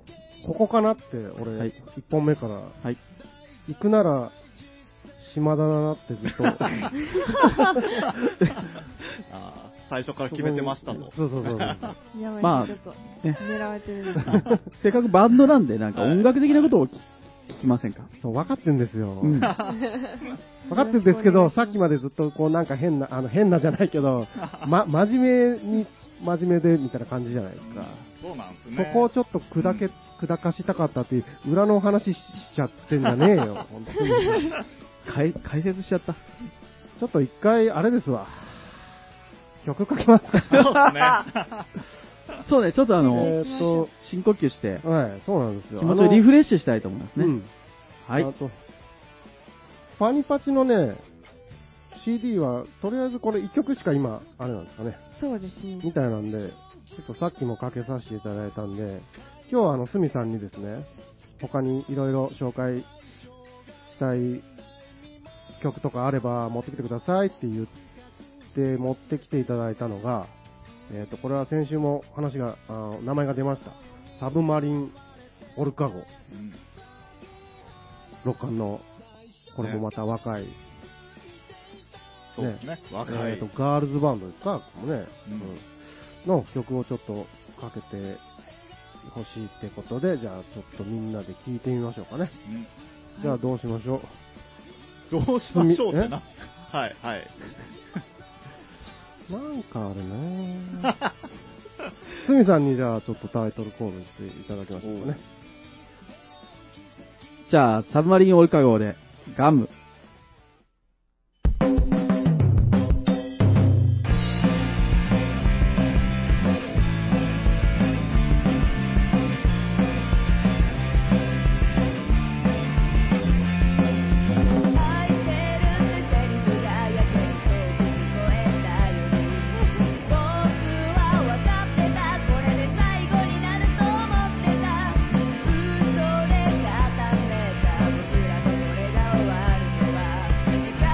[SPEAKER 1] ここかなって、俺、
[SPEAKER 4] はい
[SPEAKER 1] 一本目から。
[SPEAKER 4] はい。
[SPEAKER 1] 行くなら、島田だなってずっと。
[SPEAKER 2] あー最初から決めてましたと。
[SPEAKER 1] そうそうそうそう。
[SPEAKER 5] やばい、
[SPEAKER 4] まあ
[SPEAKER 5] ちょっと
[SPEAKER 4] ね <laughs>
[SPEAKER 5] 狙われてるんで
[SPEAKER 4] せっかくバンドなんで、なんか音楽的なことを聞聞きませんか
[SPEAKER 1] そう、分かってんですよ。
[SPEAKER 4] うん。
[SPEAKER 1] 分かってんですけど、さっきまでずっとこうなんか変な、あの変なじゃないけど、ま、真面目に、真面目でみたいな感じじゃないですか。
[SPEAKER 2] そうなんです
[SPEAKER 1] そ
[SPEAKER 2] ね。
[SPEAKER 1] こをちょっと砕け、砕かしたかったっていう、裏のお話ししちゃってんじゃねえよ、本当に。
[SPEAKER 4] 解解説しちゃった。
[SPEAKER 1] ちょっと一回、あれですわ。曲書きます。
[SPEAKER 2] <laughs> そうで
[SPEAKER 1] <laughs>
[SPEAKER 2] すね。
[SPEAKER 4] そうね、ちょっとあ
[SPEAKER 1] え
[SPEAKER 4] の、
[SPEAKER 1] ーっと、
[SPEAKER 4] 深呼吸して、
[SPEAKER 1] はい、そうなんですよ。
[SPEAKER 4] 気持ちをリフレッシュしたいと思います
[SPEAKER 1] ね。う
[SPEAKER 4] ね。
[SPEAKER 1] ん。
[SPEAKER 4] はい
[SPEAKER 1] あ。と、パニパチのね、CD は、とりあえずこれ1曲しか今、あれなんですかね、
[SPEAKER 5] そうですね。
[SPEAKER 1] みたいなんで、ちょっとさっきもかけさせていただいたんで、今日はあの、すみさんにですね、他にいろいろ紹介したい曲とかあれば持ってきてくださいって言って持ってきていただいたのが、えっ、と、これは先週も話が、あの名前が出ました。サブマリンオルカ号。
[SPEAKER 2] うん
[SPEAKER 1] ロッカンの、これもまた若い、
[SPEAKER 2] そうですね。若
[SPEAKER 1] え
[SPEAKER 2] い
[SPEAKER 1] ー。とガールズバンドですか、これもね、
[SPEAKER 2] うん
[SPEAKER 1] うんの曲をちょっとかけてほしいってことで、じゃあちょっとみんなで聴いてみましょうかね。
[SPEAKER 2] うん
[SPEAKER 1] じゃあどうしましょう。
[SPEAKER 2] どうしましょうってな。はい、はい。
[SPEAKER 1] なんかあるね。 <laughs> すみさんにじゃあちょっとタイトルコールしていただきましょうかね。
[SPEAKER 4] じゃあ、サブマリンオルカ号で、ガム。
[SPEAKER 3] 愛してるってセリフがやけに遠く聞こえたように僕は分かってたこれで最後になると思ってた嘘で固めた僕らとこれが終わるの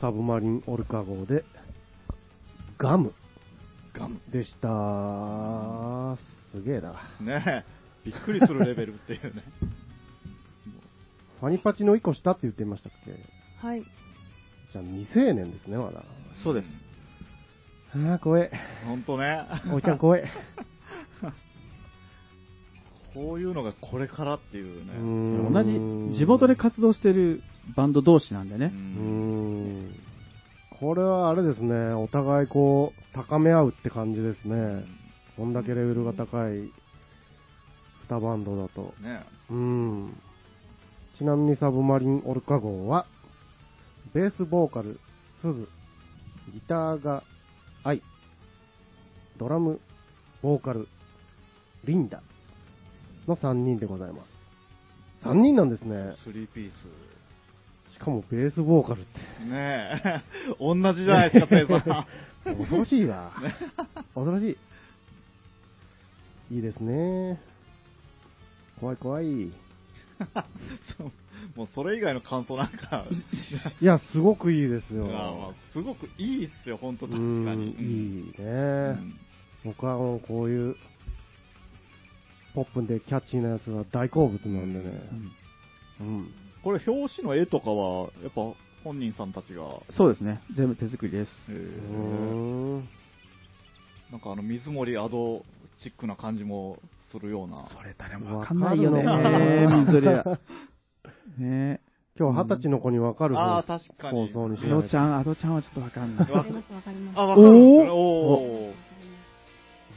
[SPEAKER 1] サブマリンオルカ号で、ガム
[SPEAKER 2] ガム。
[SPEAKER 1] でした。すげえな。
[SPEAKER 2] ねえ。びっくりするレベルっていうね。
[SPEAKER 1] ファニパチの1個下って言ってましたっけ
[SPEAKER 5] はい。
[SPEAKER 1] じゃあ未成年ですね、まだ。
[SPEAKER 4] そうです。
[SPEAKER 1] ああ、怖え。
[SPEAKER 2] ほんとね。
[SPEAKER 1] おいちゃん怖え。
[SPEAKER 2] こういうのがこれからっていう
[SPEAKER 1] う
[SPEAKER 2] ね。
[SPEAKER 1] ー
[SPEAKER 2] うん
[SPEAKER 4] 同じ地元で活動してるバンド同士なんでね、
[SPEAKER 1] うー
[SPEAKER 2] ん
[SPEAKER 1] ん。これはあれですね、お互いこう、高め合うって感じですね。こんだけレベルが高い2バンドだと。
[SPEAKER 2] ね
[SPEAKER 1] うーん。ちなみにサブマリンオルカ号は、ベースボーカル、スズ、ギターが、アイ、ドラム、ボーカル、リンダの3人でございます。3人なんですね。
[SPEAKER 2] スリーピース。
[SPEAKER 1] しかもベースボーカルって。
[SPEAKER 2] ねえ。同じじゃないですか、ペイさん。
[SPEAKER 1] 恐ろしいわ。恐ろしい。いいですね。怖い怖い。い
[SPEAKER 2] <laughs> そうもうそれ以外の感想なんか、
[SPEAKER 1] や、すごくいいです
[SPEAKER 2] <laughs> いや
[SPEAKER 1] よ。
[SPEAKER 2] まあすごくいいっすよ、ほんと
[SPEAKER 1] う
[SPEAKER 2] 確かに。
[SPEAKER 1] んいいね、
[SPEAKER 2] うん
[SPEAKER 1] 僕はもうこういう、ポップでキャッチーなやつが大好物なんでね。うん。
[SPEAKER 2] これ表紙の絵とかは、やっぱ本人さんたちが、
[SPEAKER 4] そうですね、全部手作りです。
[SPEAKER 2] え
[SPEAKER 1] う
[SPEAKER 2] ー
[SPEAKER 1] ーん
[SPEAKER 2] なんかあの水森アドチックな感じもするような。
[SPEAKER 4] それ誰もわかんないよね、
[SPEAKER 1] わかるのかな
[SPEAKER 4] それは。 <laughs> ね
[SPEAKER 1] 今日二十歳の子にわかる
[SPEAKER 2] ああ、確か
[SPEAKER 1] 放
[SPEAKER 2] に。
[SPEAKER 1] 送にし
[SPEAKER 4] え、ア
[SPEAKER 1] ない
[SPEAKER 4] ド
[SPEAKER 1] と
[SPEAKER 4] ちゃん、アドちゃんはちょっとわかんない。
[SPEAKER 8] わ
[SPEAKER 4] <laughs>
[SPEAKER 2] わ
[SPEAKER 8] かります、わかります。
[SPEAKER 2] あ、わかるんですよね。
[SPEAKER 1] おー
[SPEAKER 2] おー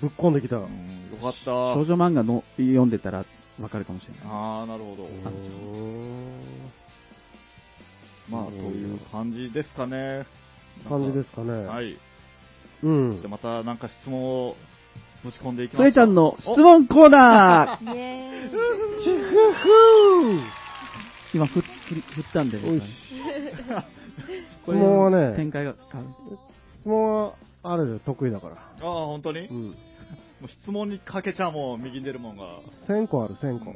[SPEAKER 1] ぶっこんできた。
[SPEAKER 2] うんよかっ
[SPEAKER 4] 少
[SPEAKER 2] た。
[SPEAKER 4] 女漫画の読んでたらわかるかもしれない。
[SPEAKER 2] ああ、なるほど。
[SPEAKER 1] うーん
[SPEAKER 2] まあ、そういう感じですかね。
[SPEAKER 1] 感じですすかね。
[SPEAKER 2] はい。じ
[SPEAKER 1] うん
[SPEAKER 2] ゃあ。またなんか質問をぶち込んでいきます
[SPEAKER 4] それちゃんの質問コーナー
[SPEAKER 8] イエーイ。
[SPEAKER 1] チフフ
[SPEAKER 4] <laughs> 今ふっ、ふ振ったんで、僕は
[SPEAKER 1] よ
[SPEAKER 4] ね
[SPEAKER 1] し。
[SPEAKER 4] <laughs> こ
[SPEAKER 1] 質
[SPEAKER 4] れ
[SPEAKER 1] 問はね
[SPEAKER 4] 展、開が変わる。
[SPEAKER 1] 質問はあれで得意だから。
[SPEAKER 2] ああ、本当に、
[SPEAKER 1] う
[SPEAKER 2] も
[SPEAKER 1] ん。
[SPEAKER 2] う質問にかけちゃもう右に出るもんが。
[SPEAKER 1] 1000個ある、1000個。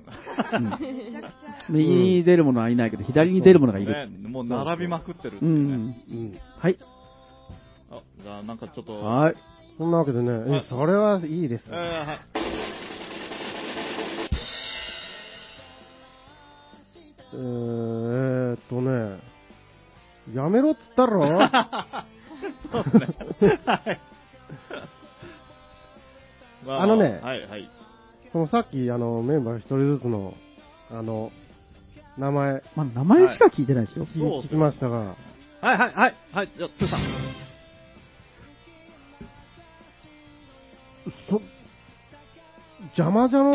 [SPEAKER 4] 右に出るものはいないけど、左に出るものがいる。
[SPEAKER 2] ね、もう並びまくってるって
[SPEAKER 4] う
[SPEAKER 2] いうね。
[SPEAKER 1] う
[SPEAKER 4] ん。
[SPEAKER 1] ん。
[SPEAKER 4] はい。
[SPEAKER 2] あじゃあなんかちょっと。
[SPEAKER 4] はい。
[SPEAKER 1] そんなわけでね、
[SPEAKER 2] はい
[SPEAKER 1] えそれはいいです
[SPEAKER 2] えー
[SPEAKER 1] ね。
[SPEAKER 2] はい。
[SPEAKER 1] えーっとね、やめろっつった
[SPEAKER 2] <laughs>
[SPEAKER 1] ろ
[SPEAKER 2] そうですね。はい。ま
[SPEAKER 1] あのね
[SPEAKER 2] はいはい。
[SPEAKER 1] そのさっき、あの、メンバー一人ずつの、あの、名前
[SPEAKER 4] まあ、名前しか聞いてないですよ。
[SPEAKER 2] そうそう
[SPEAKER 1] 聞きましたが、
[SPEAKER 2] はいはいはい。はい、じゃあ、つーさん。
[SPEAKER 1] そ、邪魔邪魔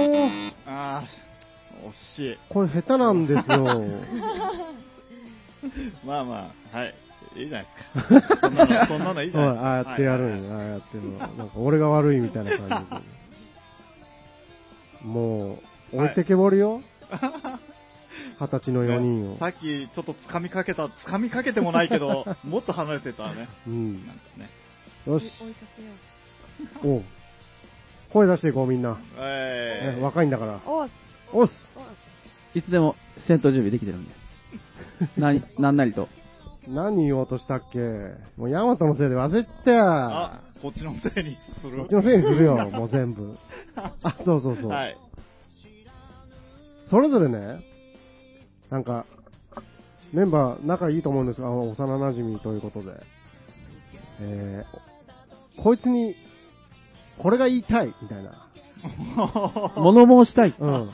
[SPEAKER 2] あー、惜し
[SPEAKER 1] これ下手なんですよ。
[SPEAKER 2] い。まあまあ、はい。いいじゃないですか。そんなの、そんなのいいじ
[SPEAKER 1] <laughs> お
[SPEAKER 2] ゃ
[SPEAKER 1] い
[SPEAKER 2] ないですか。
[SPEAKER 1] ああやってやる
[SPEAKER 2] はい
[SPEAKER 1] んや、ああやってるの。なんか俺が悪いみたいな感じで。もう、置いてけぼりよ。二十歳の4人を
[SPEAKER 2] さ。っきちょっと掴みかけた、掴みかけてもないけど、もっと離れてたね。
[SPEAKER 1] うん
[SPEAKER 2] なん。かね。
[SPEAKER 1] よし。おう声出していこう、みんな。
[SPEAKER 2] え
[SPEAKER 1] ね
[SPEAKER 2] ー、
[SPEAKER 1] 若いんだから。
[SPEAKER 5] お
[SPEAKER 1] おっす
[SPEAKER 4] いつでも戦闘準備できてるんで。 <laughs> な、なんなりと。
[SPEAKER 1] 何言おうとしたっけもうヤマトのせいで忘れてた
[SPEAKER 2] あ
[SPEAKER 1] よ。、
[SPEAKER 2] こっちのせいにする。
[SPEAKER 1] こっちのせいにする
[SPEAKER 2] <laughs>
[SPEAKER 1] よ、もう全部。あ、そうそうそう。
[SPEAKER 2] はい。
[SPEAKER 1] それぞれね、なんか、メンバー仲いいと思うんですが、あの幼馴染ということで、えー、こいつに、これが言いたい、みたいな。
[SPEAKER 4] 物申したい。
[SPEAKER 1] うん。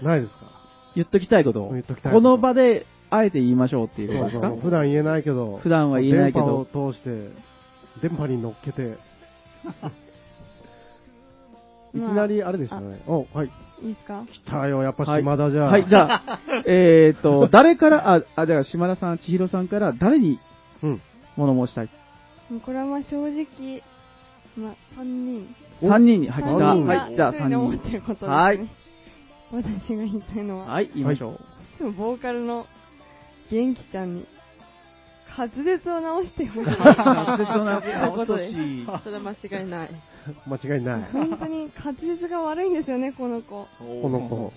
[SPEAKER 1] ないですか
[SPEAKER 4] 言っときたいことを。
[SPEAKER 1] 言っときたいこ
[SPEAKER 4] ことの場で、あえて言いましょうっていう
[SPEAKER 1] そ
[SPEAKER 4] こと
[SPEAKER 1] うそ
[SPEAKER 4] です
[SPEAKER 1] う
[SPEAKER 4] か
[SPEAKER 1] 普段言えないけど、
[SPEAKER 4] 普段は言えないけど
[SPEAKER 1] 電波を通して、電波に乗っけ
[SPEAKER 4] <laughs>
[SPEAKER 1] て、いきなりあれでしたね。お、はい。
[SPEAKER 5] いいですか
[SPEAKER 1] 来たよ、やっぱ島田じゃん。
[SPEAKER 4] はい、じゃあ、えっと、誰から、あ、あ、じゃあ、島田さん、千尋さんから、誰に
[SPEAKER 1] うん。
[SPEAKER 4] 物申したい
[SPEAKER 5] もうこれはまあ正直、まあ3人。
[SPEAKER 1] お
[SPEAKER 4] ?3 人に、はい、来た。
[SPEAKER 1] 三人
[SPEAKER 4] はい、じゃあ
[SPEAKER 5] 普
[SPEAKER 4] 3
[SPEAKER 5] 通に思って
[SPEAKER 4] 人。
[SPEAKER 5] ることですね。
[SPEAKER 4] はい
[SPEAKER 5] 私が言いたいのは、
[SPEAKER 4] はい、言いましょう。
[SPEAKER 5] でもボーカルの元気ちゃんに、滑舌を直してほしい。
[SPEAKER 4] 滑舌を直
[SPEAKER 6] 直
[SPEAKER 4] し
[SPEAKER 6] して
[SPEAKER 4] ほしい。
[SPEAKER 6] それは間違いない。
[SPEAKER 1] 間違いない。
[SPEAKER 5] 本当に滑舌が悪いんですよね、この子。
[SPEAKER 2] こ
[SPEAKER 4] <laughs>
[SPEAKER 1] この子。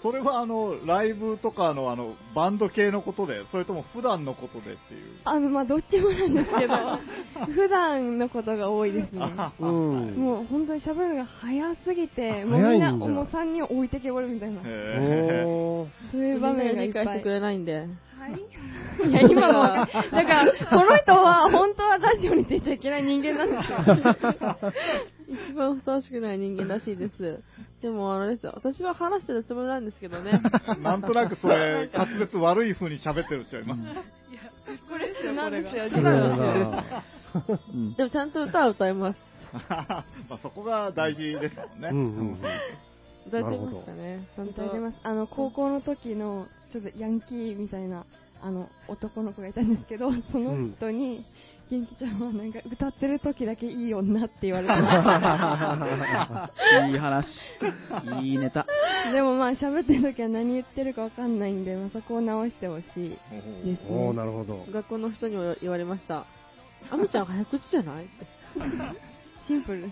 [SPEAKER 2] それはあの、ライブとかのあの、バンド系のことで、それとも普段のことでっていう。
[SPEAKER 5] あの、まあ、どっちもなんですけど、普段のことが多いですね。
[SPEAKER 1] うん。
[SPEAKER 5] もう本当に喋るのが早すぎて、
[SPEAKER 1] あ
[SPEAKER 5] もうみん
[SPEAKER 1] 早い
[SPEAKER 5] なん
[SPEAKER 1] じゃん
[SPEAKER 5] もう3人置いてけぼるみた
[SPEAKER 2] <laughs>
[SPEAKER 5] いな、
[SPEAKER 2] へ
[SPEAKER 1] おー
[SPEAKER 5] そういう場面がいっ
[SPEAKER 6] 理
[SPEAKER 5] ぱ
[SPEAKER 6] 解
[SPEAKER 5] い。
[SPEAKER 6] してくれないんで。
[SPEAKER 5] いや、今も、 <laughs> だから、この人は本当はラジオに出ちゃいけない人間なんですよ。
[SPEAKER 6] 一番ふさわしくない人間らしいです。でも、あれですよ。私は話してるつもりなんですけどね。
[SPEAKER 2] ーなんとなくそれ、滑舌悪い風に喋ってる人います。 <laughs>
[SPEAKER 5] これってなんですよ、
[SPEAKER 1] すごいな
[SPEAKER 4] うん
[SPEAKER 6] でも、ちゃんと歌は歌います。
[SPEAKER 2] まあそこが大事ですもんね。
[SPEAKER 1] うんうんうん。
[SPEAKER 6] 歌えてましたね。ちゃんと
[SPEAKER 5] 歌います。あの、高校の時の、ちょっとヤンキーみたいな、あの、男の子がいたんですけど、その人に、元気ちゃんはなんか歌ってる時だけいい女って言われて
[SPEAKER 4] いい話。いいネタ。
[SPEAKER 5] でもまあ喋ってる時は何言ってるかわかんないんで、まあ、そこを直してほしいです、
[SPEAKER 2] ほうほ
[SPEAKER 5] ね。
[SPEAKER 1] おー、なるほど。
[SPEAKER 6] 学校の人にも言われました。あみちゃん早口じゃないって
[SPEAKER 5] シンプル。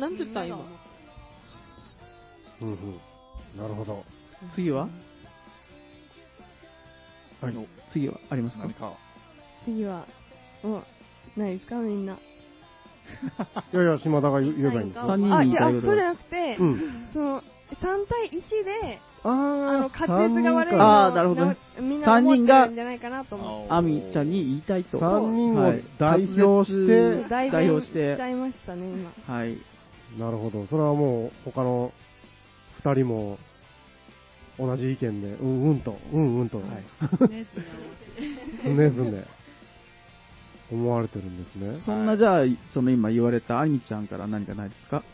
[SPEAKER 6] なんて言ったん今。
[SPEAKER 1] うんうん。なるほど。
[SPEAKER 4] 次は
[SPEAKER 2] う
[SPEAKER 4] はい次はありますか
[SPEAKER 2] 何か。
[SPEAKER 5] 次は、もう、ないですかみんな。
[SPEAKER 1] いやいや、島田が言言えばいいんですよ。
[SPEAKER 4] ?3 人
[SPEAKER 5] あ、
[SPEAKER 4] に
[SPEAKER 5] じ
[SPEAKER 4] 言
[SPEAKER 5] ゃあ、
[SPEAKER 4] いたい
[SPEAKER 5] そ
[SPEAKER 4] こ
[SPEAKER 5] う
[SPEAKER 4] と
[SPEAKER 5] じ
[SPEAKER 4] が
[SPEAKER 5] ゃなくて、
[SPEAKER 1] うん。
[SPEAKER 5] その、3対1で、
[SPEAKER 1] あー
[SPEAKER 5] あの、滑舌が悪いのを
[SPEAKER 4] あーなるほどね
[SPEAKER 5] なみんな思ってるんじゃないかなと思っ
[SPEAKER 2] あ
[SPEAKER 4] あみちゃんに言いたいと。
[SPEAKER 1] 三人を
[SPEAKER 4] はい
[SPEAKER 1] 代表して
[SPEAKER 5] て、
[SPEAKER 1] ー
[SPEAKER 5] 代
[SPEAKER 4] 代
[SPEAKER 5] 弁
[SPEAKER 4] 表
[SPEAKER 5] し
[SPEAKER 4] し
[SPEAKER 5] ちゃ
[SPEAKER 4] て。
[SPEAKER 5] いましたね、今。
[SPEAKER 4] はい。
[SPEAKER 1] なるほど。それはもう、他の二人も、同じ意見で、うんうんと、うんうんと、すねすね、思われてるんですね。
[SPEAKER 4] そんなじゃあ、その今言われたあみちゃんから何かないですか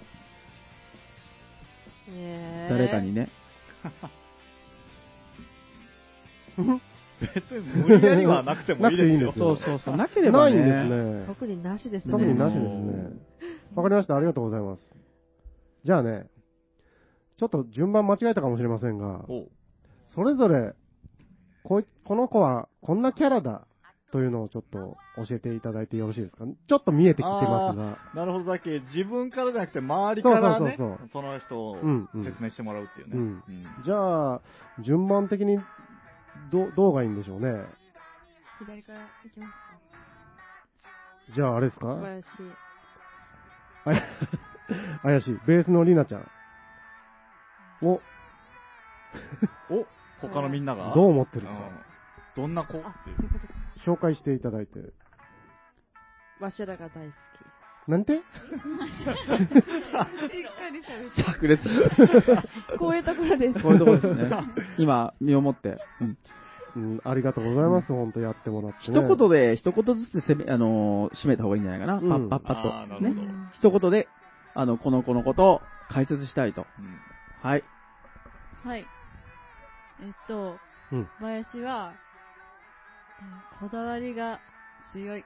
[SPEAKER 4] 誰かにね。
[SPEAKER 2] 別に無理やりはなくてもいいですよ。
[SPEAKER 1] <laughs> なくていいんですよ
[SPEAKER 4] そうそうそう。なければ
[SPEAKER 1] ない
[SPEAKER 4] ね。
[SPEAKER 1] んですね。
[SPEAKER 6] 特になしです
[SPEAKER 1] 特に
[SPEAKER 6] ね。
[SPEAKER 1] なしですね。わかりました。ありがとうございます。じゃあね、ちょっと順番間違えたかもしれませんが、
[SPEAKER 2] おう
[SPEAKER 1] それぞれ、こいこの子はこんなキャラだというのをちょっと教えていただいてよろしいですかちょっと見えてきてますが。
[SPEAKER 2] なるほどだけ、自分からじゃなくて周りからね、
[SPEAKER 1] そうそうそう
[SPEAKER 2] その人を
[SPEAKER 1] うんうん
[SPEAKER 2] 説明してもらうっていうね。
[SPEAKER 1] うん
[SPEAKER 2] うん
[SPEAKER 1] じゃあ、順番的にど、どうがいいんでしょうね。
[SPEAKER 5] 左から行きます
[SPEAKER 1] じゃあ、あれですか
[SPEAKER 6] 小林。
[SPEAKER 1] あや怪しい。ベースのりなちゃん。を、
[SPEAKER 2] お他のみんなが
[SPEAKER 1] どう思って
[SPEAKER 2] う
[SPEAKER 1] るか
[SPEAKER 2] ん、どんな子っていう
[SPEAKER 1] 紹介していただいて。
[SPEAKER 6] わしらが大好
[SPEAKER 1] なんて
[SPEAKER 4] 炸裂し
[SPEAKER 5] か。 <laughs> こういうところです。
[SPEAKER 4] こういうとこですね。今、身をもって。うん
[SPEAKER 1] うん、ありがとうございます。ほんとやってもらって、
[SPEAKER 4] 一
[SPEAKER 1] ね。
[SPEAKER 4] 言で、一言ずつで攻め、あのー締めた方がいいんじゃないかな。
[SPEAKER 1] うん
[SPEAKER 4] パッパッ
[SPEAKER 2] あー
[SPEAKER 4] パ
[SPEAKER 2] な
[SPEAKER 4] ッと。
[SPEAKER 2] るほ
[SPEAKER 4] ね
[SPEAKER 2] ど。
[SPEAKER 4] 一言で、あの、この子のことを解説したいと。
[SPEAKER 2] うん
[SPEAKER 4] はい。
[SPEAKER 7] はい。えっと、
[SPEAKER 1] うん
[SPEAKER 7] 林は、えーこだわりが強い。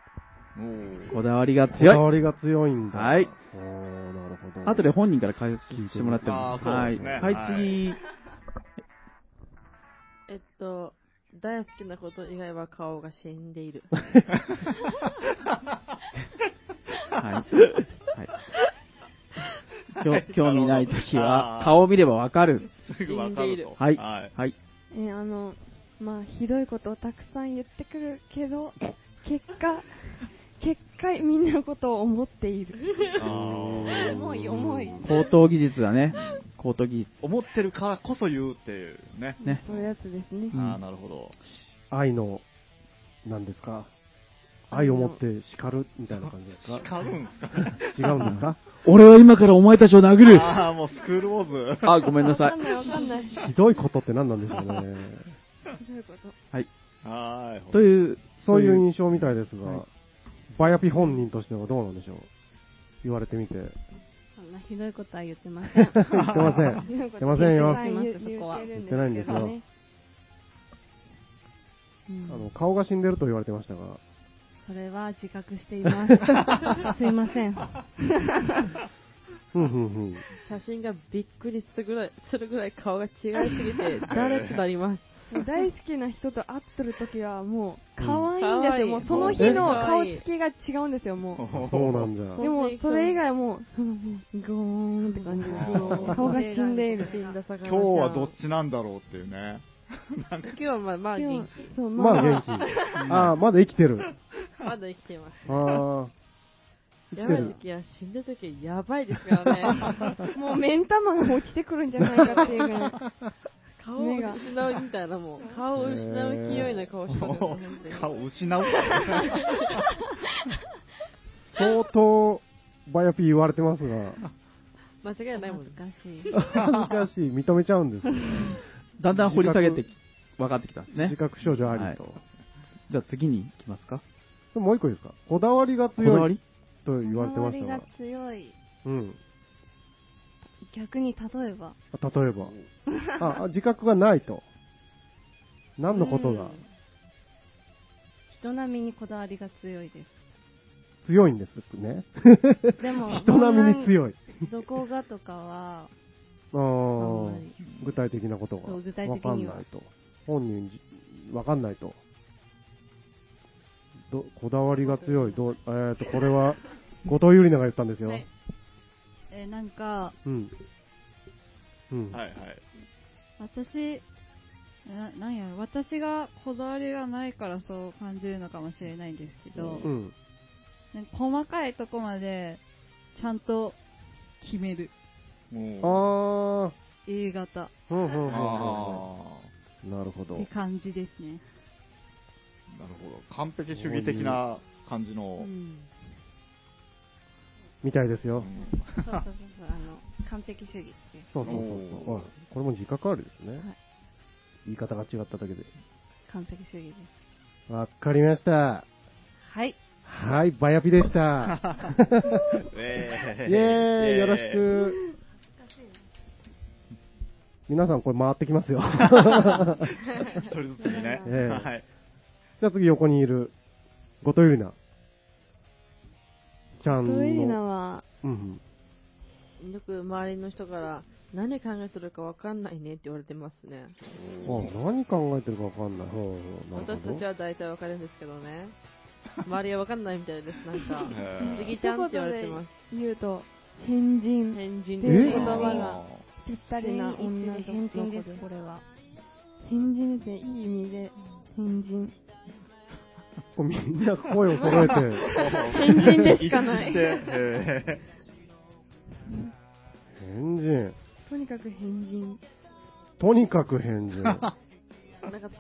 [SPEAKER 2] お
[SPEAKER 4] こだわりが
[SPEAKER 1] こだ
[SPEAKER 4] 強い。
[SPEAKER 1] わりが強いんだ。
[SPEAKER 4] はい。
[SPEAKER 1] おー、なるほど。
[SPEAKER 4] 後で本人から解説してもらっても
[SPEAKER 2] あー
[SPEAKER 4] い
[SPEAKER 2] そうで
[SPEAKER 4] い
[SPEAKER 2] すね
[SPEAKER 4] はい。
[SPEAKER 2] は
[SPEAKER 4] はいい、次。
[SPEAKER 6] き。えっと、大好きなこと以外は顔が死んでいる。
[SPEAKER 4] はい。はい。興興味ないときは、顔を見ればわかる。
[SPEAKER 2] おすぐわかると。
[SPEAKER 4] はい
[SPEAKER 2] はい。
[SPEAKER 4] はい。
[SPEAKER 5] えーあの、まあ、ひどいことをたくさん言ってくるけど、結果、結果、みんなのことを思っている。重い重い。
[SPEAKER 4] 高等技術だね。高等技術。
[SPEAKER 2] <laughs> 思ってるからこそ言うっていうね。
[SPEAKER 4] ね。
[SPEAKER 5] そういうやつですね。
[SPEAKER 4] ん
[SPEAKER 2] ああ、なるほど。
[SPEAKER 1] 愛の、なんですか愛を持って叱るみたいな感じですか
[SPEAKER 2] 叱るんすか
[SPEAKER 1] <laughs> 違うん
[SPEAKER 4] <laughs>
[SPEAKER 1] ですか
[SPEAKER 4] 俺は今からお前たちを殴る
[SPEAKER 2] ああ、もうスクールウォーズ。
[SPEAKER 4] あ、ごめんなさ
[SPEAKER 5] わ
[SPEAKER 2] <laughs>
[SPEAKER 5] か
[SPEAKER 4] い
[SPEAKER 5] ん。ないわかんない。
[SPEAKER 1] ひどいことって何なんでしょうね。
[SPEAKER 5] どういうこと
[SPEAKER 2] はーい。 <laughs>
[SPEAKER 4] という、
[SPEAKER 1] そういう印象みたいです
[SPEAKER 4] は
[SPEAKER 1] が
[SPEAKER 4] い、
[SPEAKER 1] バヤピ本人としてはどうなんでしょう言われてみて。言
[SPEAKER 8] <laughs> そんなひどいことは言ってません。
[SPEAKER 1] ってません。
[SPEAKER 5] 言って
[SPEAKER 1] ませんよ
[SPEAKER 5] 言
[SPEAKER 1] 言ってないんですよ。あの、顔が死んでると言われてましたが、
[SPEAKER 8] それは自覚してい
[SPEAKER 6] <laughs>
[SPEAKER 8] ます。すいません。
[SPEAKER 1] ふんふんふん。
[SPEAKER 8] <laughs>
[SPEAKER 6] 写真がびっくりするぐらい、するぐらい顔が違いすぎて、誰となります。
[SPEAKER 5] もう大好きな人と会っとる時はもう可愛いんですよ、
[SPEAKER 6] うん
[SPEAKER 5] もうその日の
[SPEAKER 6] 可
[SPEAKER 5] 顔
[SPEAKER 6] 愛い
[SPEAKER 5] つきが違うんですよも
[SPEAKER 1] そうなんじゃ。
[SPEAKER 5] うでもそれ以外はもうもうゴーンって感じで顔が死んでいる
[SPEAKER 6] 死んだ魚ちゃん
[SPEAKER 2] 今日はどっちなんだろうっていうね。
[SPEAKER 6] 今日はまあまあ元気。
[SPEAKER 5] そうま
[SPEAKER 1] まあ
[SPEAKER 5] あ、
[SPEAKER 1] 元気。ああ、まだ生きてる。
[SPEAKER 6] まだ生きてます。
[SPEAKER 1] ああ。
[SPEAKER 6] やばい時は死んだ時はやばいですか
[SPEAKER 8] <laughs>
[SPEAKER 6] らね。
[SPEAKER 5] もう目ん玉が落ちてくるんじゃないかっていうぐらい
[SPEAKER 6] 顔を失うみたいなもう、顔を失う勢いな顔してる。本当に
[SPEAKER 2] 顔失うからね。
[SPEAKER 1] 相当、バヤピー言われてますが、
[SPEAKER 6] 間違いないもん。
[SPEAKER 8] 難しい。
[SPEAKER 1] 恥ずかしい、認めちゃうんですよ。
[SPEAKER 4] だんだん掘り下げてき、分かってきたんですね
[SPEAKER 1] 自。覚症状ありと。
[SPEAKER 4] はじゃあ次に行きますか。
[SPEAKER 1] もう一個いいですかこだわりが
[SPEAKER 4] こだわ
[SPEAKER 1] 強い
[SPEAKER 4] り
[SPEAKER 1] と言われてました
[SPEAKER 8] こだわ
[SPEAKER 1] が
[SPEAKER 8] り。が強い。
[SPEAKER 1] うん。
[SPEAKER 8] 逆に例えば、
[SPEAKER 1] 例えば。あ、あ自覚がないと。何のこと
[SPEAKER 8] う
[SPEAKER 1] が
[SPEAKER 8] ん人並みにこだわりが強いで
[SPEAKER 1] 強いんですね。 <laughs>
[SPEAKER 8] す。でも、
[SPEAKER 1] 人並みに強い。
[SPEAKER 8] こんなどこがとかは、
[SPEAKER 1] あ
[SPEAKER 8] あ
[SPEAKER 1] ー
[SPEAKER 8] んまり。
[SPEAKER 1] 具体的なことが
[SPEAKER 8] そう
[SPEAKER 1] 分
[SPEAKER 8] 具体的
[SPEAKER 1] かん
[SPEAKER 8] に
[SPEAKER 1] な
[SPEAKER 8] はい
[SPEAKER 1] と本人じ分かんないとどこだわりが強いどう、えー、とこ
[SPEAKER 8] <laughs>
[SPEAKER 1] れは後藤ゆりなが言ったんですよ、
[SPEAKER 8] はいえーなんか、
[SPEAKER 1] うん、うん
[SPEAKER 2] はいはい。
[SPEAKER 7] 私ななんやろ私がこだわりがないからそう感じるのかもしれないんですけど、
[SPEAKER 1] うん、
[SPEAKER 7] なんか細かいとこまでちゃんと決める
[SPEAKER 1] あ
[SPEAKER 2] もう。
[SPEAKER 1] ー
[SPEAKER 7] A 型
[SPEAKER 1] ふんふんふんふん
[SPEAKER 2] あ
[SPEAKER 1] なるほど
[SPEAKER 7] って感じですね
[SPEAKER 2] ーなるほど。完璧主義的な感じの。
[SPEAKER 1] みたいですよ、
[SPEAKER 2] うん
[SPEAKER 8] そうそうそうそう、あの、完璧主義です。
[SPEAKER 1] そうそうそうそう
[SPEAKER 2] おー
[SPEAKER 1] あこれも自覚あるですね、
[SPEAKER 8] い
[SPEAKER 1] 言い方が違っただけで
[SPEAKER 8] 完璧主義です。
[SPEAKER 1] わかりました
[SPEAKER 8] はい。
[SPEAKER 1] はいバヤピでした <laughs> イ
[SPEAKER 2] え <laughs>
[SPEAKER 1] エーイよろし。く皆さんこれ回ってき
[SPEAKER 6] <laughs>
[SPEAKER 1] ますよ
[SPEAKER 2] 一人ずつにね。
[SPEAKER 1] ええ
[SPEAKER 2] はい。
[SPEAKER 1] じゃあ次横にいる、後藤ゆりな。ちゃんの。
[SPEAKER 5] トイリナは
[SPEAKER 1] うんうん。
[SPEAKER 6] よく周りの人から、何考えてるかわかんないねって言われてますね。
[SPEAKER 1] あ、何考えてるかわかんない。ほうほうなる
[SPEAKER 6] 私
[SPEAKER 1] ほど
[SPEAKER 6] たちは大体わかるんですけどね。周りはわかんないみたいです。なん
[SPEAKER 1] <laughs>
[SPEAKER 6] か、
[SPEAKER 2] へー
[SPEAKER 6] 不思議ちゃんって言われてます。
[SPEAKER 5] 言うと変人
[SPEAKER 6] 変人
[SPEAKER 5] え
[SPEAKER 6] で
[SPEAKER 5] 言
[SPEAKER 6] す。
[SPEAKER 5] 葉が
[SPEAKER 2] あー
[SPEAKER 5] ぴったりな
[SPEAKER 8] 全員
[SPEAKER 5] 女
[SPEAKER 8] 一
[SPEAKER 5] の
[SPEAKER 8] 致で
[SPEAKER 5] 子
[SPEAKER 8] 変人で、
[SPEAKER 5] です
[SPEAKER 8] これは。
[SPEAKER 5] 変人ですねいい意味で変人
[SPEAKER 1] こうみんな声を揃えて。
[SPEAKER 5] 変人でしかな
[SPEAKER 2] 一致し
[SPEAKER 5] い
[SPEAKER 2] てへえ
[SPEAKER 1] 変人。
[SPEAKER 5] とにかく変人
[SPEAKER 1] とにかく変人。
[SPEAKER 6] なんか、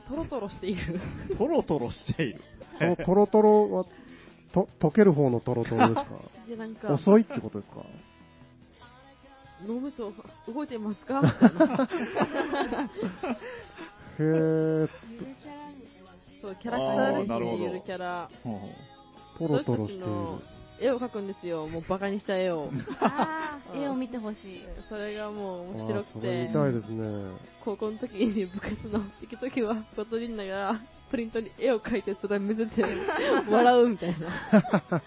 [SPEAKER 6] トロトロしてい
[SPEAKER 1] <laughs>
[SPEAKER 6] る。
[SPEAKER 2] トロトロしている。
[SPEAKER 1] このトロトロは、と、溶ける方のトロトロです
[SPEAKER 6] で、なん
[SPEAKER 1] か
[SPEAKER 6] か、
[SPEAKER 1] 遅いってことですか
[SPEAKER 6] 脳みそ動いてますかみたいな
[SPEAKER 1] <laughs> へー、
[SPEAKER 6] そう、キャラクターですね、ゆるキャラ。
[SPEAKER 2] ほうほう
[SPEAKER 1] トロトロしている。
[SPEAKER 6] の絵を描くんですよ、もうバカにした絵を。
[SPEAKER 8] ああ、絵を見てほしい。
[SPEAKER 6] それがもう面
[SPEAKER 1] あ
[SPEAKER 6] 白
[SPEAKER 1] ー
[SPEAKER 6] く
[SPEAKER 1] それ
[SPEAKER 6] て
[SPEAKER 1] 見、たいですね。
[SPEAKER 6] 高校の時に部活の行く時は、バトリンナがプリントに絵を描いて、それを見せて笑うみたいな、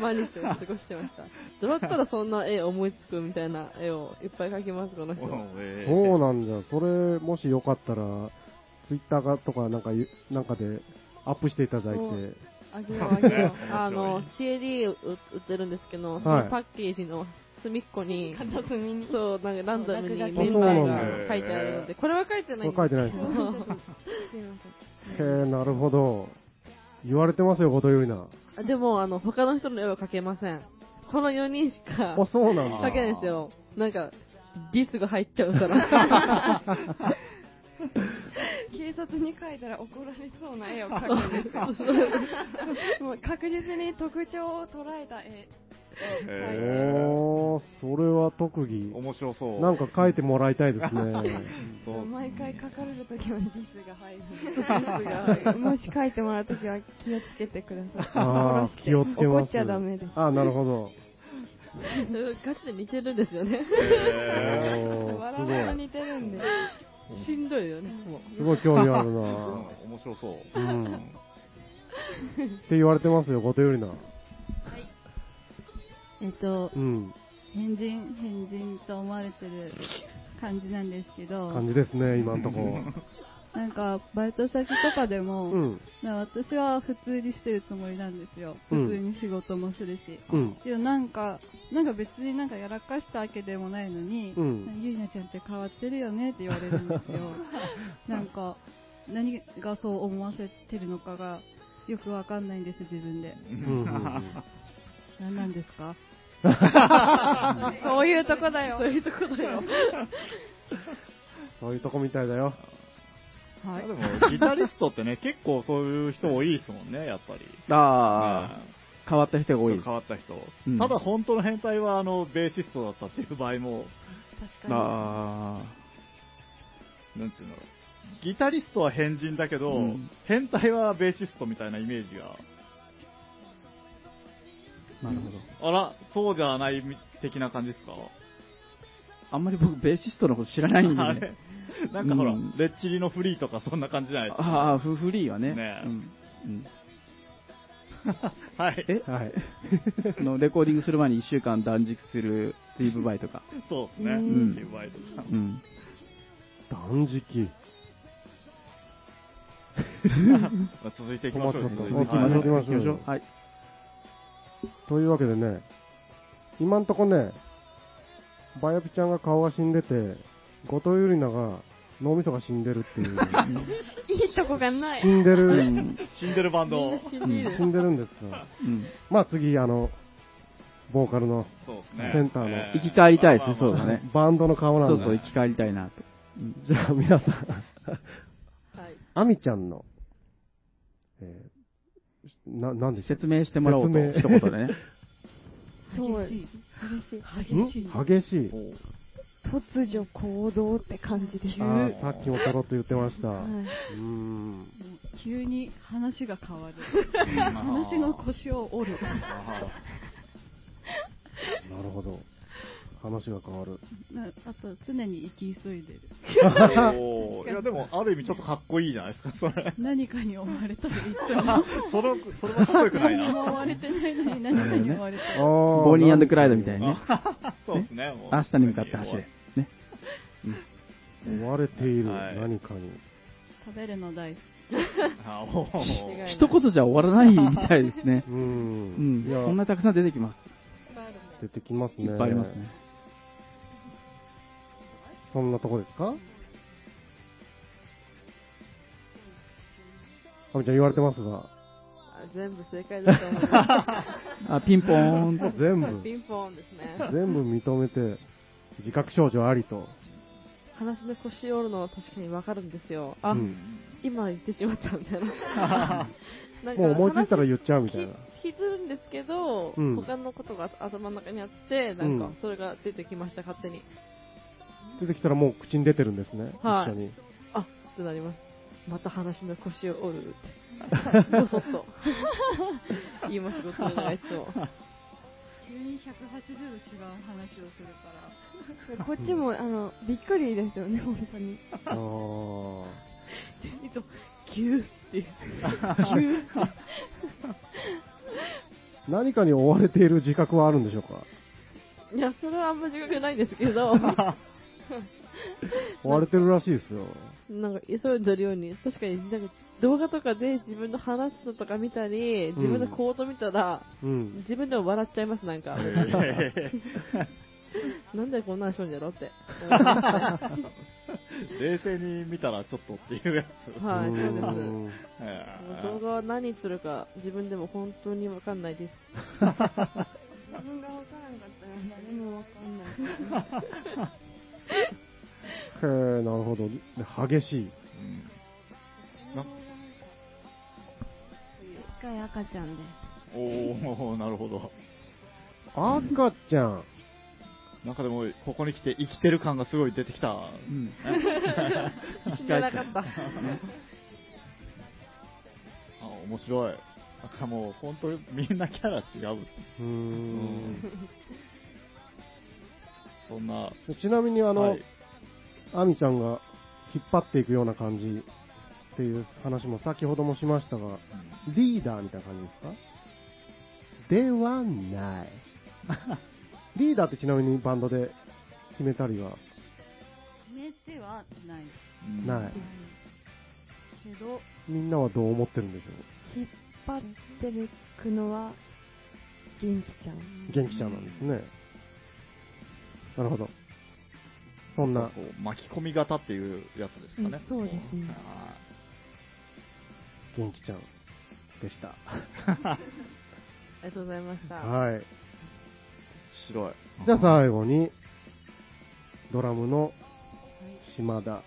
[SPEAKER 6] 毎日を過ごしてました。どうやったらそんな絵思いつくみたいな絵をいっぱい描きます、この人。
[SPEAKER 2] ええ
[SPEAKER 1] そうなんじゃ。それ、もしよかったら、ツイッターがとかなんかゆ、なんかでアップしていただいて。
[SPEAKER 6] うん
[SPEAKER 5] あげようあげ <laughs> よ
[SPEAKER 6] あの、CD を売ってるんですけど、そのパッケージの隅っこに、そう、なんかランダムにメンバーが書いてあるので、これは書いてないんですけど、
[SPEAKER 1] これ書いてへえ、なるほど。言われてますよ、ことよりな。
[SPEAKER 6] <laughs> あでも、あの、他の人の絵は描けません。この4人しか
[SPEAKER 1] あ、そうなん
[SPEAKER 6] 描
[SPEAKER 1] だ。
[SPEAKER 6] けないんですよ。なんか、ディスが入っちゃうから。
[SPEAKER 5] う警察に書いたら怒られそうな絵を描くんですよ <laughs> もう確実に特徴を捉えた絵
[SPEAKER 2] へえ
[SPEAKER 1] おー、それは特技。
[SPEAKER 2] 面白そう。
[SPEAKER 1] なんか書いてもらいたいですね。
[SPEAKER 2] そう
[SPEAKER 5] 毎回書かれるときはディスが入るディスが入るもし書いてもらうときは気をつけてください <laughs>
[SPEAKER 1] あー、気をつけます。
[SPEAKER 5] 怒っちゃダメです
[SPEAKER 1] あ、なるほど。
[SPEAKER 6] <laughs> ガチで似てるんですよね。
[SPEAKER 2] へえ
[SPEAKER 1] お
[SPEAKER 5] 笑う
[SPEAKER 1] ー
[SPEAKER 5] と似てるんで
[SPEAKER 6] しんどいよね、もう。
[SPEAKER 1] すごい、すごい興味ある
[SPEAKER 2] う
[SPEAKER 1] な
[SPEAKER 2] ん面白そう。
[SPEAKER 1] うん。って言われてますよ、ことよりな。
[SPEAKER 7] えっと
[SPEAKER 1] うん。
[SPEAKER 7] 変人変人と思われてる感じなんですけど
[SPEAKER 1] 感じですね、今んとこ。
[SPEAKER 7] なんかバイト先とかでも、
[SPEAKER 1] うん。
[SPEAKER 7] まあ私は普通にしてるつもりなんですよ
[SPEAKER 1] うん
[SPEAKER 7] 普通に仕事もするし、
[SPEAKER 1] うん。
[SPEAKER 7] けどなんかなんか別になんかやらかしたわけでもないのに、
[SPEAKER 1] うん
[SPEAKER 7] ゆいなちゃんって変わってるよねって言われるんですよ
[SPEAKER 1] <laughs>
[SPEAKER 7] なんか何がそう思わせてるのかがよくわかんないんです自分で
[SPEAKER 1] うんうん
[SPEAKER 7] 何なんですか
[SPEAKER 5] そういうとこだよ。
[SPEAKER 6] そういうとこだよ。
[SPEAKER 1] そういうとこみたいだよ。
[SPEAKER 7] はい
[SPEAKER 2] でも、ギタリストってね、結構そういう人多いですもんね、やっぱり。
[SPEAKER 4] ああ、
[SPEAKER 2] ね
[SPEAKER 4] 変わった人が多いです
[SPEAKER 2] 変。わった人、
[SPEAKER 4] うん
[SPEAKER 2] ただ本当の変態はあのベーシストだったっていう場合も、
[SPEAKER 6] 確か
[SPEAKER 4] あ
[SPEAKER 2] なんていうんだろう、ギタリストは変人だけど、
[SPEAKER 4] うん
[SPEAKER 2] 変態はベーシストみたいなイメージが、
[SPEAKER 4] あ、なるほど。
[SPEAKER 2] あら、そうじゃないみ的な感じですか、
[SPEAKER 4] あんまり僕、ベーシストのこと知らないん
[SPEAKER 2] あ
[SPEAKER 4] で、ね
[SPEAKER 2] れ、なんかほら、
[SPEAKER 4] うん
[SPEAKER 2] レッチリのフリーとかそんな感じじゃないですか。
[SPEAKER 4] ああ、フフリーはね。
[SPEAKER 2] ねえ
[SPEAKER 4] うんうん、
[SPEAKER 2] はい。
[SPEAKER 4] え <laughs>
[SPEAKER 1] はい。
[SPEAKER 4] あのレコーディングする前に1週間断食するスティーブ・バイとか。
[SPEAKER 2] そうですね。
[SPEAKER 4] うん
[SPEAKER 2] っていう場合とか
[SPEAKER 4] うん。
[SPEAKER 1] 断食。
[SPEAKER 2] まあ続いていきましょう。
[SPEAKER 1] 止
[SPEAKER 2] 続いて
[SPEAKER 1] ま
[SPEAKER 2] い
[SPEAKER 1] っ
[SPEAKER 2] き
[SPEAKER 1] ちゃった
[SPEAKER 2] ましょ
[SPEAKER 1] 行
[SPEAKER 2] う
[SPEAKER 1] きましょう
[SPEAKER 4] 行きましょう。はい。
[SPEAKER 1] というわけでね、今んとこね、バヤピちゃんが顔が死んでて、後藤ゆりなが脳みそが死んでるっていう。
[SPEAKER 5] いいとこがない
[SPEAKER 1] 死。んで
[SPEAKER 4] う
[SPEAKER 1] る、
[SPEAKER 4] ん。
[SPEAKER 2] 死んでるバンド。
[SPEAKER 6] に。
[SPEAKER 4] うん
[SPEAKER 1] 死んでるんですよ。
[SPEAKER 4] うん
[SPEAKER 1] まあ次、あの、ボーカルの
[SPEAKER 2] そうですね。
[SPEAKER 1] センターの
[SPEAKER 2] え
[SPEAKER 4] 生き返りたいですね、そう
[SPEAKER 2] まあ
[SPEAKER 4] だね。
[SPEAKER 1] <laughs> バンドの顔な
[SPEAKER 4] そ
[SPEAKER 1] ん
[SPEAKER 4] う
[SPEAKER 1] で。
[SPEAKER 4] そう、生き返りたいなと。うん
[SPEAKER 1] じゃあ皆さん、
[SPEAKER 6] はい。
[SPEAKER 1] アミちゃんの、えー、な、なんでしたっ
[SPEAKER 4] 説明してもらおうと、
[SPEAKER 1] 説
[SPEAKER 4] 一
[SPEAKER 1] 明
[SPEAKER 4] 言で
[SPEAKER 1] <laughs>
[SPEAKER 4] ね。
[SPEAKER 5] そう。
[SPEAKER 8] 激しい
[SPEAKER 1] けん激しい。
[SPEAKER 5] 突如行動って感じで言
[SPEAKER 1] あ
[SPEAKER 5] う。
[SPEAKER 1] あ、さっきもちょろっと言ってました。
[SPEAKER 5] は
[SPEAKER 1] う
[SPEAKER 5] い
[SPEAKER 1] ーん。
[SPEAKER 8] 急に話が変わる。
[SPEAKER 2] まあ
[SPEAKER 8] 話の腰を折る。
[SPEAKER 2] あ
[SPEAKER 1] なるほど。話が変わる。
[SPEAKER 8] なあと、常に生き急いでる。 <laughs>
[SPEAKER 2] あおーいや、でも、ある意味ちょっとかっこいいじゃないですか、それ。
[SPEAKER 8] 何かに追われたり、いつも。
[SPEAKER 2] それ、それはかっこよくない
[SPEAKER 8] 何にも追
[SPEAKER 2] な。
[SPEAKER 8] われてないのに何かに追われてる。
[SPEAKER 1] ボ
[SPEAKER 4] ボーニークライドみたいにね。
[SPEAKER 2] そうですね、もう。
[SPEAKER 4] 明日に向かって走れ。ね。
[SPEAKER 1] 追われている、
[SPEAKER 2] はい
[SPEAKER 1] 何かに。
[SPEAKER 8] 食べるの大好き。
[SPEAKER 2] あおー
[SPEAKER 6] 違い
[SPEAKER 4] 一言じゃ終わらないみたいですね
[SPEAKER 1] う。ー
[SPEAKER 4] うんん。。
[SPEAKER 1] いや
[SPEAKER 4] こんなたくさん出てきます。
[SPEAKER 1] 出てきますね。
[SPEAKER 4] いっぱいありますね。
[SPEAKER 1] そんなとこですかあみちゃん言われてますが。
[SPEAKER 6] あ全部正解だと思いま
[SPEAKER 4] あ、ピンポーンと。
[SPEAKER 1] 全
[SPEAKER 6] す。ピ
[SPEAKER 1] 部、
[SPEAKER 6] ンポンですね。
[SPEAKER 1] 全部認めて、自覚症状ありと。
[SPEAKER 6] 話の腰折るのは確かにわかるんですよ。あ、
[SPEAKER 1] うん
[SPEAKER 6] 今言ってしまったみたいな。
[SPEAKER 1] <laughs>
[SPEAKER 6] なんか
[SPEAKER 1] もう思いついたら言っちゃうみたいな。
[SPEAKER 6] 引きずるんですけど、
[SPEAKER 1] うん
[SPEAKER 6] 他のことが頭の中にあって、なん
[SPEAKER 1] う
[SPEAKER 6] か
[SPEAKER 1] ん
[SPEAKER 6] それが出てきました、勝手に。
[SPEAKER 1] 出てきたらもう口に出てるんですね。
[SPEAKER 6] はい
[SPEAKER 1] 一緒に。
[SPEAKER 6] あってなります。また話の腰を折
[SPEAKER 1] <laughs>
[SPEAKER 6] るって。ぼそっと。言いますごとるのがいつ
[SPEAKER 1] <laughs>
[SPEAKER 6] も。
[SPEAKER 7] 急に180度違う話をするから
[SPEAKER 5] こっちも、あの、びっくりですよね、本当に。
[SPEAKER 1] あー
[SPEAKER 6] いつも、ぎゅーっていう。
[SPEAKER 1] 何かに追われている自覚はあるんでしょうか
[SPEAKER 6] いや、それはあんま自覚ないんです
[SPEAKER 1] <laughs>
[SPEAKER 6] けど、
[SPEAKER 1] 追われてるらしいですよ。
[SPEAKER 6] なんか、急いでるように、確かに、なんか、動画とかで自分の話すのとか見たり、自分の行動見たら、
[SPEAKER 1] うん。
[SPEAKER 6] 自分でも笑っちゃいます、なんか。
[SPEAKER 2] え
[SPEAKER 6] なんでこんなんしょんや
[SPEAKER 1] <laughs>
[SPEAKER 6] ろって。
[SPEAKER 2] ー冷静に見たらちょっとっていうやつ。
[SPEAKER 6] はい、そう
[SPEAKER 1] う
[SPEAKER 6] です。も
[SPEAKER 1] ん
[SPEAKER 2] え
[SPEAKER 6] う動
[SPEAKER 2] ー
[SPEAKER 6] 画は何するか自分でも本当にわかんないです。
[SPEAKER 5] 自分がわからんかったら誰もわかんない。
[SPEAKER 1] へえ、なるほど。激しい。
[SPEAKER 2] うん
[SPEAKER 8] 一回赤ちゃんで。
[SPEAKER 2] おー、なるほど。
[SPEAKER 1] 赤ちゃん。
[SPEAKER 2] なんかでも、ここに来て生きてる感がすごい出てきた。 <laughs>
[SPEAKER 4] うん。
[SPEAKER 6] 死んでなかった。
[SPEAKER 2] あ、面白い。なんかもう、本当にみんなキャラ違う。
[SPEAKER 1] うーん。
[SPEAKER 2] そんな、
[SPEAKER 1] ちなみにあ
[SPEAKER 2] あ
[SPEAKER 1] の、アミちゃんが引っ張っていくような感じっていう話も先ほどもしましたが、リーダーみたいな感じですかでは
[SPEAKER 5] <laughs>
[SPEAKER 1] ない。リーダーってちなみにバンドで決めたりは
[SPEAKER 8] 決めてはない。
[SPEAKER 1] ない。
[SPEAKER 5] けど
[SPEAKER 1] みんなはどう思ってるんでしょ
[SPEAKER 5] 引っ張っていくのは元気ちゃん
[SPEAKER 1] う元気ちゃんなんですね。なるほど。そんな
[SPEAKER 2] こ、う巻き込み型っていうやつですかね。
[SPEAKER 5] うんそうですね
[SPEAKER 2] あ
[SPEAKER 1] 元気ちゃんでした。
[SPEAKER 6] ありがとうございました。
[SPEAKER 1] はい。
[SPEAKER 2] ー白い。 <laughs>。
[SPEAKER 1] じゃあ最後に、ドラムの島田。